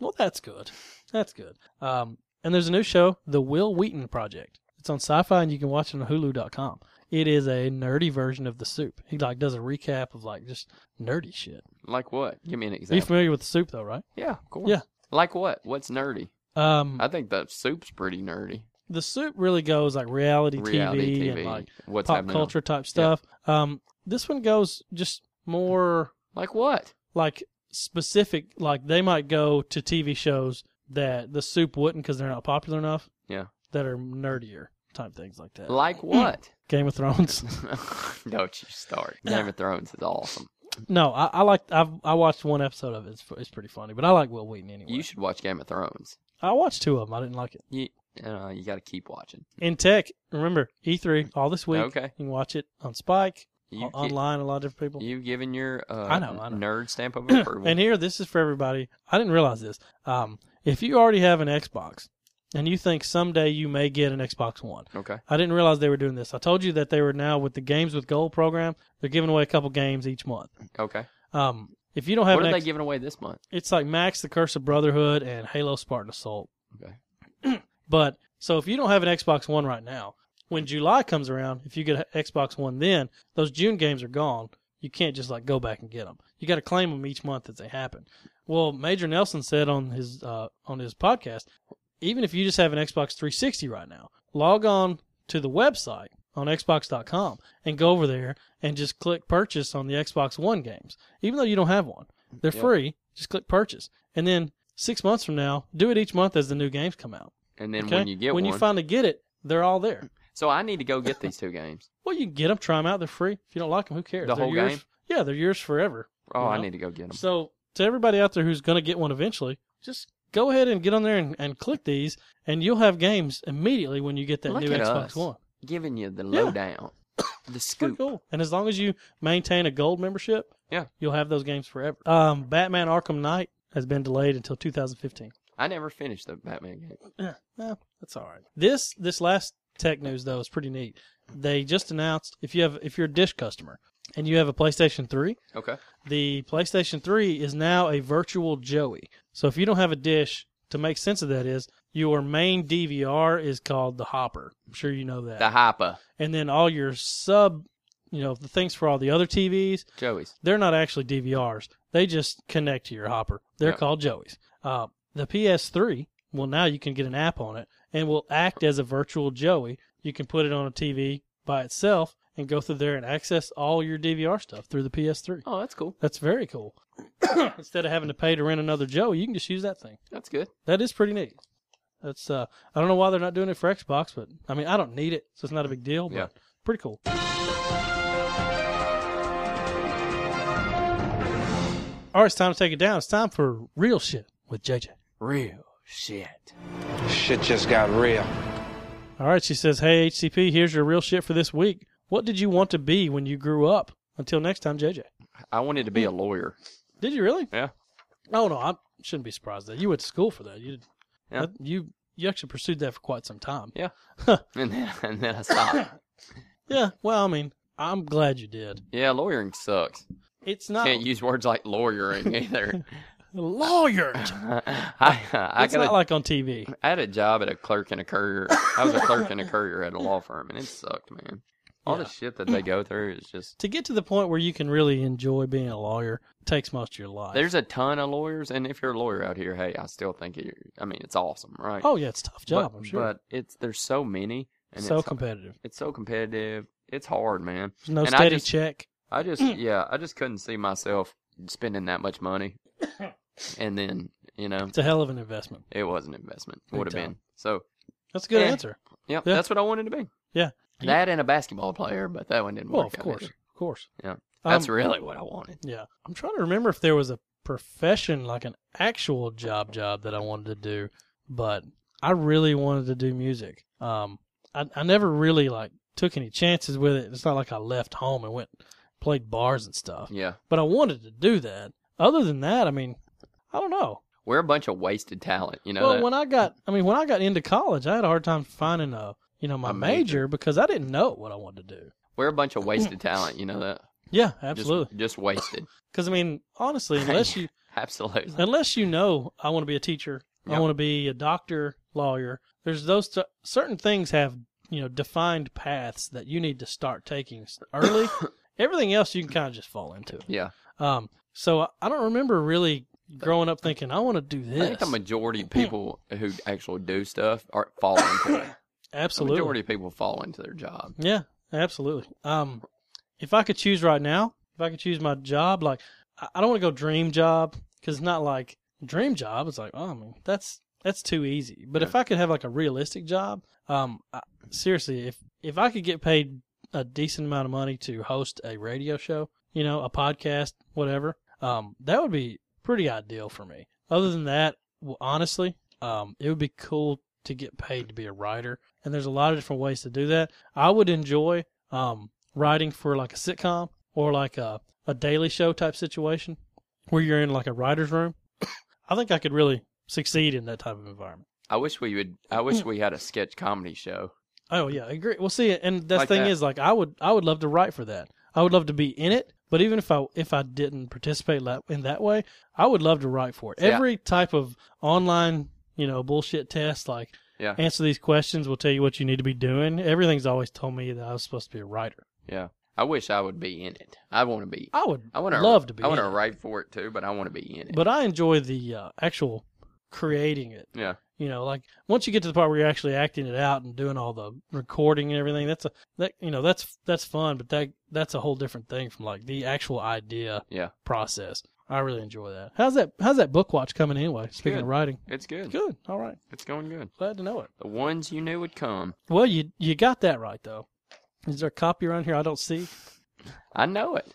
Speaker 1: Well, that's good. That's good. Um, and there's a new show, The Will Wheaton Project. It's on Sci-Fi, and you can watch it on Hulu.com. It is a nerdy version of The Soup. He like does a recap of like just nerdy shit.
Speaker 2: Like what? Give me an
Speaker 1: Are you
Speaker 2: example.
Speaker 1: familiar with The Soup though, right?
Speaker 2: Yeah, of course.
Speaker 1: Yeah.
Speaker 2: Like what? What's nerdy?
Speaker 1: Um,
Speaker 2: I think that soup's pretty nerdy.
Speaker 1: The Soup really goes like reality,
Speaker 2: Reality TV.
Speaker 1: and like
Speaker 2: What's
Speaker 1: pop
Speaker 2: happening? on-
Speaker 1: culture type stuff. Um, this one goes just more
Speaker 2: Like what?
Speaker 1: like specific. Like they might go to TV shows that The Soup wouldn't because they're not popular enough.
Speaker 2: Yeah.
Speaker 1: That are nerdier type things like that. <clears throat>
Speaker 2: Like what? <laughs>
Speaker 1: Game of Thrones.
Speaker 2: Don't you start. Game of Thrones is awesome.
Speaker 1: No, I, I like I've I watched one episode of it. It's, it's pretty funny, but I like Will Wheaton anyway.
Speaker 2: You should watch Game of Thrones.
Speaker 1: I watched two of them. I didn't like it.
Speaker 2: Uh, you got to keep watching.
Speaker 1: In tech, remember E3 all this week.
Speaker 2: Okay.
Speaker 1: You can watch it on Spike
Speaker 2: You,
Speaker 1: o- online. A lot of different people.
Speaker 2: you giving your uh,
Speaker 1: I know, I know.
Speaker 2: nerd
Speaker 1: <clears throat>
Speaker 2: stamp of approval.
Speaker 1: and here, this is for everybody. I didn't realize this. Um, if you already have an Xbox and you think someday you may get an Xbox One,
Speaker 2: okay.
Speaker 1: I didn't realize they were doing this. I told you that they were now with the Games with Gold program. They're giving away a couple games each month.
Speaker 2: Okay.
Speaker 1: Um, if you don't have
Speaker 2: What
Speaker 1: an
Speaker 2: are
Speaker 1: Xbox,
Speaker 2: they giving away this month?
Speaker 1: it's like Max the Curse of Brotherhood and Halo Spartan Assault.
Speaker 2: Okay.
Speaker 1: but so if you don't have an Xbox One right now, when July comes around, if you get an Xbox One then, those June games are gone. You can't just like go back and get them. You got to claim them each month as they happen. Well, Major Nelson said on his uh, on his podcast, even if you just have an Xbox 360 right now, log on to the website on Xbox.com and go over there and just click purchase on the Xbox One games, even though you don't have one. They're
Speaker 2: Yeah.
Speaker 1: free. Just click purchase, and then six months from now, do it each month as the new games come out.
Speaker 2: And then
Speaker 1: okay?
Speaker 2: when you get
Speaker 1: when
Speaker 2: one,
Speaker 1: you finally get it, they're all there.
Speaker 2: so I need to go get these
Speaker 1: <laughs>
Speaker 2: two games.
Speaker 1: Well, you can get them, try them out. They're free. If you don't like them, who cares?
Speaker 2: The
Speaker 1: They're
Speaker 2: whole
Speaker 1: yours-
Speaker 2: game?
Speaker 1: Yeah, they're yours forever.
Speaker 2: Oh, I
Speaker 1: Well,
Speaker 2: need to go get them.
Speaker 1: So to everybody out there who's going to get one eventually, just go ahead and get on there and, and click these, and you'll have games immediately when you get that
Speaker 2: Look
Speaker 1: new
Speaker 2: at
Speaker 1: Xbox
Speaker 2: us.
Speaker 1: One.
Speaker 2: Giving you the
Speaker 1: Yeah.
Speaker 2: lowdown, the
Speaker 1: Pretty
Speaker 2: scoop.
Speaker 1: cool. And as long as you maintain a gold membership,
Speaker 2: Yeah.
Speaker 1: you'll have those games forever. Um, Batman Arkham Knight has been delayed until 2015.
Speaker 2: I never finished the Batman game.
Speaker 1: Eh, That's all right. This this last tech news though is pretty neat. They just announced if you have if you're a Dish customer and you have a PlayStation 3,
Speaker 2: Okay.
Speaker 1: the PlayStation 3 is now a virtual Joey. So if you don't have a dish, to make sense of that is your main DVR is called the Hopper. I'm sure you know that.
Speaker 2: The hyper
Speaker 1: and then all your sub, you know, the things for all the other TVs,
Speaker 2: Joey's.
Speaker 1: they're not actually DVRs. They just connect to your Hopper. They're
Speaker 2: Yeah.
Speaker 1: called Joeys. Uh, the PS3, well, now you can get an app on it and will act as a virtual Joey. You can put it on a TV by itself and go through there and access all your DVR stuff through the PS3.
Speaker 2: Oh, that's cool.
Speaker 1: That's very cool. <coughs> Instead of having to pay to rent another Joey, you can just use that thing.
Speaker 2: That's good.
Speaker 1: That is pretty neat. That's uh, I don't know why they're not doing it for Xbox, but I mean, I don't need it, so it's not a big deal. But
Speaker 2: Yeah.
Speaker 1: pretty cool. All right, it's time to take it down. It's time for real shit with JJ.
Speaker 2: Real shit.
Speaker 4: Shit just got real.
Speaker 1: All right, she says, "Hey HCP, here's your real shit for this week. What did you want to be when you grew up? Until next time, JJ."
Speaker 2: I wanted to be a lawyer. <laughs>
Speaker 1: Did you really?
Speaker 3: Yeah.
Speaker 1: Oh no, I shouldn't be surprised that you went to school for that. You,
Speaker 2: Yeah.
Speaker 1: that- you, you actually pursued that for quite some time.
Speaker 2: and then, and then I stopped.
Speaker 1: <coughs> Yeah. Well, I mean, I'm glad you did.
Speaker 2: yeah, lawyering sucks.
Speaker 1: It's not
Speaker 2: Can't use words like lawyering <laughs> either.
Speaker 1: lawyer.
Speaker 2: <laughs> I, I,
Speaker 1: It's
Speaker 2: got
Speaker 1: not
Speaker 2: a-
Speaker 1: like on TV.
Speaker 2: I had a job at a clerk and a courier. I was a clerk and a courier at a law firm, and it sucked, man. All
Speaker 1: Yeah.
Speaker 2: the shit that they go through is just.
Speaker 1: <clears throat> To get to the point where you can really enjoy being a lawyer takes most of your life.
Speaker 2: There's a ton of lawyers, and if you're a lawyer out here, hey, I still think you're. I mean, it's awesome, right?
Speaker 1: oh yeah, it's a tough job.
Speaker 2: but,
Speaker 1: I'm sure.
Speaker 2: But it's there's so many, and
Speaker 1: so
Speaker 2: it's,
Speaker 1: competitive.
Speaker 2: it's so competitive. It's hard, man.
Speaker 1: There's no
Speaker 2: and I
Speaker 1: steady
Speaker 2: just-
Speaker 1: check. <clears throat>
Speaker 2: I just, yeah, I just couldn't see myself spending that
Speaker 1: <coughs>
Speaker 2: much money, and then you know,
Speaker 1: It's a hell of an investment.
Speaker 2: it was an investment.
Speaker 1: Big
Speaker 2: Would have
Speaker 1: time.
Speaker 2: been so.
Speaker 1: That's a good
Speaker 2: Eh.
Speaker 1: answer.
Speaker 2: Yep,
Speaker 1: Yeah.
Speaker 2: that's what I wanted to be.
Speaker 1: Yeah.
Speaker 2: That and a basketball player, but that one didn't
Speaker 1: Well,
Speaker 2: work.
Speaker 1: of
Speaker 2: out
Speaker 1: course,
Speaker 2: either.
Speaker 1: of course.
Speaker 2: Yeah.
Speaker 1: Um,
Speaker 2: That's really what I wanted.
Speaker 1: Yeah, I'm trying to remember if there was a profession like an actual job job that I wanted to do, but I really wanted to do music. Um, I I never really like took any chances with it. It's not like I left home and went played bars and stuff,
Speaker 2: Yeah.
Speaker 1: but I wanted to do that. Other than that, I mean, I don't know.
Speaker 2: We're a bunch of wasted talent, you know.
Speaker 1: well,
Speaker 2: that?
Speaker 1: when I got, I mean, when I got into college, I had a hard time finding a you know my
Speaker 2: A
Speaker 1: major.
Speaker 2: major.
Speaker 1: because I didn't know what I wanted to do.
Speaker 2: We're a
Speaker 1: <clears throat>
Speaker 2: bunch of wasted talent, you know that.
Speaker 1: Yeah,
Speaker 2: Just-
Speaker 1: absolutely.
Speaker 2: Just, wasted.
Speaker 1: Because I mean,
Speaker 2: <laughs>
Speaker 1: honestly, unless you
Speaker 2: Absolutely.
Speaker 1: unless you know I want to be a teacher, I
Speaker 2: Yeah.
Speaker 1: want to be a doctor, lawyer. There's those t- certain things have you know defined paths that you need to start taking s-
Speaker 2: <coughs>
Speaker 1: early. Everything else you can kind of just fall into.
Speaker 2: Yeah.
Speaker 1: Um, so I, I don't remember really growing up thinking I want to do
Speaker 2: I
Speaker 1: this.
Speaker 2: think the majority of people who actually do stuff are fall
Speaker 1: <clears throat>
Speaker 2: into it. The
Speaker 1: absolutely,
Speaker 2: majority of people fall into their job.
Speaker 1: yeah, absolutely. Um, if I could choose right now, if I could choose my job, like I, I don't want to go dream job because it's not like dream job. It's like oh, I mean that's that's too easy. But if I could have like a realistic job, um, I, seriously, if if I could get paid a decent amount of money to host a radio show, you know, a podcast, whatever, um, that would be pretty ideal for me. Other than that, w honestly, um, it would be cool to get paid to be a writer, and there's a lot of different ways to do that. I would enjoy um, writing for like a sitcom or like a, a daily show type situation where you're in like a writer's room. <coughs> I think I could really succeed in that type of environment.
Speaker 2: I wish we would I
Speaker 1: Mm.
Speaker 2: wish we had a sketch comedy show.
Speaker 1: Oh yeah, I agree. Well, see, and that's
Speaker 2: Like
Speaker 1: the thing
Speaker 2: that.
Speaker 1: is, like, I would, I would love to write for that. I would love to be in it. But even if I, if I didn't participate la- in that way, I would love to write for it.
Speaker 2: Yeah.
Speaker 1: Every type of online, you know, bullshit test, like,
Speaker 2: Yeah.
Speaker 1: answer these questions, we'll tell you what you need to be doing. Everything's always told me that I was supposed to be a writer.
Speaker 2: Yeah. I wish I would be in it. I want to be
Speaker 1: I would,
Speaker 2: I want to
Speaker 1: love to be.
Speaker 2: I want
Speaker 1: in
Speaker 2: to
Speaker 1: it.
Speaker 2: write for it too, but I want to be in it.
Speaker 1: but I enjoy the uh, actual creating it.
Speaker 2: yeah.
Speaker 1: You know, like once you get to the part where you're actually acting it out and doing all the recording and everything, that's a that you know that's that's fun, but that that's a whole different thing from like the actual idea
Speaker 2: Yeah.
Speaker 1: process. I really enjoy that. How's that? How's that book watch coming anyway? Speaking of
Speaker 2: Good.
Speaker 1: writing,
Speaker 2: It's good.
Speaker 1: good. All right,
Speaker 2: It's going good.
Speaker 1: glad to know it.
Speaker 2: The ones you knew would come.
Speaker 1: Well, you you got that right though. Is there a copy around here I don't see?
Speaker 2: I know it.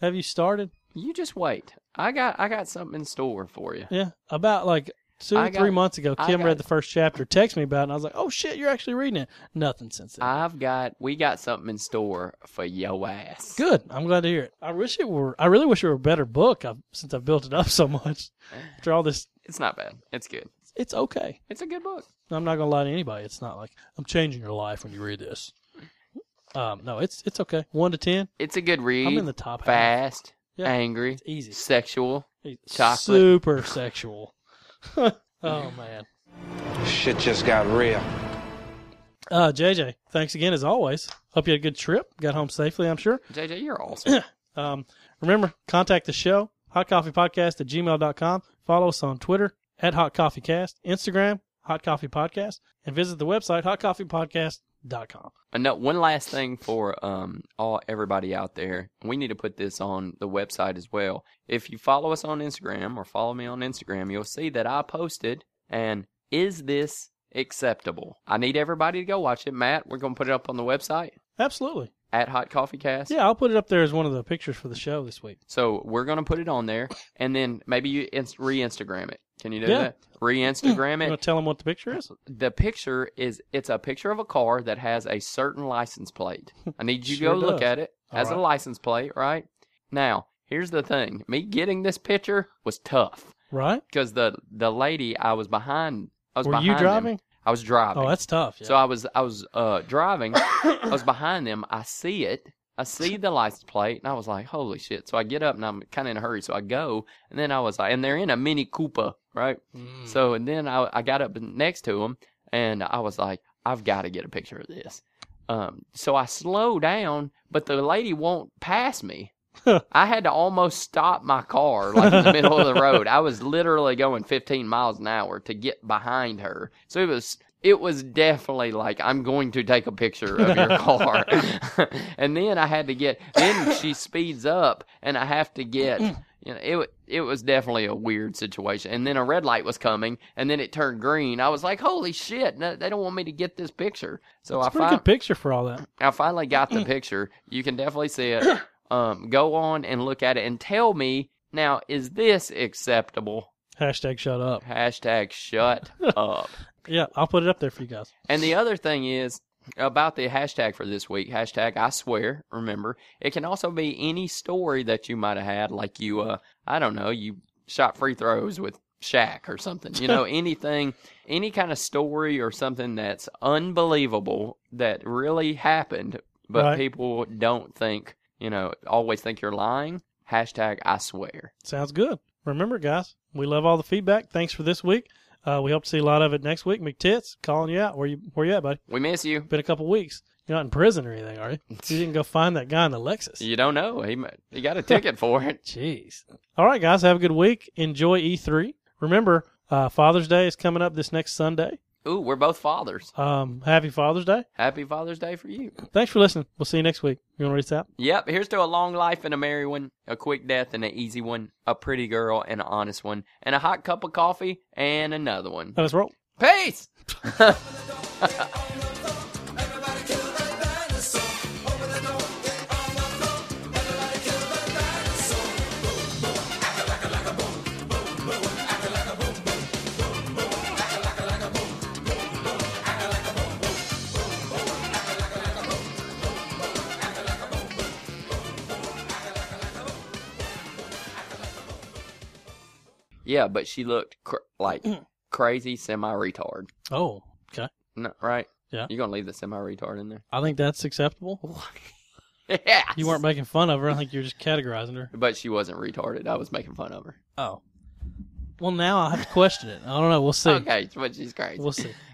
Speaker 1: Have you started?
Speaker 2: You just wait. I got I got something in store for you.
Speaker 1: Yeah, about like two
Speaker 2: I
Speaker 1: or three
Speaker 2: got-
Speaker 1: months ago,
Speaker 2: I
Speaker 1: Kim
Speaker 2: got-
Speaker 1: read the first chapter, texted me about it, and I was like, "Oh shit, you're actually reading it." Nothing since then.
Speaker 2: I've got we got something in store for yo ass.
Speaker 1: Good. I'm glad to hear it. I wish it were. I really wish it were a better book. I've, since I've built it up <laughs> so much, after all this,
Speaker 2: It's not bad. It's good.
Speaker 1: it's okay.
Speaker 2: It's a good book.
Speaker 1: I'm not gonna lie to anybody. It's not like I'm changing your life when you read this. Um, no, it's it's okay. One to ten.
Speaker 2: It's a good read.
Speaker 1: I'm in the top half.
Speaker 2: fast,
Speaker 1: Yeah.
Speaker 2: angry,
Speaker 1: It's easy.
Speaker 2: sexual.
Speaker 1: It's
Speaker 2: Chocolate.
Speaker 1: Super sexual. <laughs> oh man.
Speaker 4: Shit just got real.
Speaker 1: Uh, JJ, thanks again as always. Hope you had a good trip. Got home safely, I'm sure.
Speaker 2: JJ, you're awesome.
Speaker 1: Um, remember, contact the show, hotcoffeepodcast at gmail.com. Follow us on Twitter at Hot Coffee Cast, Instagram, Hot Coffee Podcast, and visit the website, hotcoffeepodcast.com.
Speaker 2: and no, one last thing for um all everybody out there. We need to put this on the website as well. If you follow us on Instagram or follow me on Instagram, you'll see that I posted and is this acceptable? I need everybody to go watch it. Matt, we're gonna put it up on the website
Speaker 1: Absolutely.
Speaker 2: at Hot Coffee Cast.
Speaker 1: Yeah, I'll put it up there as one of the pictures for the show this week.
Speaker 2: So we're gonna put it on there, and then maybe you inst- re-Instagram it. Can you do
Speaker 1: Yeah. Mm.
Speaker 2: that? Re-Instagram
Speaker 1: You
Speaker 2: it.
Speaker 1: want to tell them what the picture is?
Speaker 2: The picture is it's a picture of a car that has a certain license plate. I need you to
Speaker 1: Sure
Speaker 2: go look
Speaker 1: does.
Speaker 2: at it.
Speaker 1: All
Speaker 2: Has a
Speaker 1: right.
Speaker 2: license plate, right? Now Here's the thing: me getting this picture was tough
Speaker 1: Right?
Speaker 2: because the the lady I was behind, I was
Speaker 1: Were
Speaker 2: behind
Speaker 1: you
Speaker 2: them.
Speaker 1: driving?
Speaker 2: I was driving.
Speaker 1: Oh, that's tough. Yeah.
Speaker 2: So I was I was uh, driving. I was behind them. I see it. I see the license plate, and I was like, "Holy shit!" So I get up, and I'm kind of in a hurry. So I go, and then I was like, and they're in a Mini Cooper, right?
Speaker 1: Mm.
Speaker 2: So and then I I got up next to him, and I was like, "I've got to get a picture of this." Um, so I slow down, but the lady won't pass me. I had to almost stop my car like in the middle of the road. I was literally going 15 miles an hour to get behind her. So it was it was definitely like I'm going to take a picture of your car. <laughs> and then I had to get then she speeds up and I have to get you know it wa- it was definitely a weird situation. And then a red light was coming and then it turned green. I was like, "Holy shit, no, they don't want me to get this picture." So
Speaker 1: it's a
Speaker 2: I
Speaker 1: pretty
Speaker 2: fin-
Speaker 1: good picture for all that.
Speaker 2: I finally got the picture. You can definitely see it. Um, go on and look at it and tell me now, is this acceptable?
Speaker 1: Hashtag shut up.
Speaker 2: Hashtag shut up.
Speaker 1: Yeah, I'll put it up there for you guys.
Speaker 2: And the other thing is about the hashtag for this week hashtag I swear, remember, it can also be any story that you might have had, like you, uh, I don't know, you shot free throws with Shaq or something, you know, anything, any kind of story or something that's unbelievable that really happened, but
Speaker 1: Right.
Speaker 2: people don't think, you know, always think you're lying. Hashtag I swear.
Speaker 1: Sounds good. Remember, guys, we love all the feedback. Thanks for this week. Uh, we hope to see a lot of it next week. McTits, calling you out. Where you Where you at, buddy?
Speaker 2: We miss you.
Speaker 1: Been a couple weeks. You're not in prison or anything, are you? You didn't go find that guy in the Lexus.
Speaker 2: You don't know. He, might- he got a ticket for it.
Speaker 1: Jeez. All right, guys, have a good week. Enjoy E3. Remember, uh, Father's Day is coming up this next Sunday.
Speaker 2: Ooh, we're both fathers.
Speaker 1: Um, happy Father's Day.
Speaker 2: Happy Father's Day for you.
Speaker 1: Thanks for listening. We'll see you next week. You want to read this out?
Speaker 2: Yep, here's to a long life and a merry one, a quick death and an easy one, a pretty girl and an honest one, and a hot cup of coffee and another one.
Speaker 1: Let us roll.
Speaker 2: Peace! yeah, but she looked cr- like crazy semi retard.
Speaker 1: Oh, okay.
Speaker 2: No, right?
Speaker 1: Yeah.
Speaker 2: You're going to leave the semi retard in there? <laughs>
Speaker 1: I think that's acceptable.
Speaker 2: yeah.
Speaker 1: You weren't making fun of her. I think you were just categorizing her.
Speaker 2: But she wasn't retarded. I was making fun of her.
Speaker 1: Oh. Well, now I have to question it. I don't know. We'll see.
Speaker 2: Okay, but she's crazy.
Speaker 1: We'll see.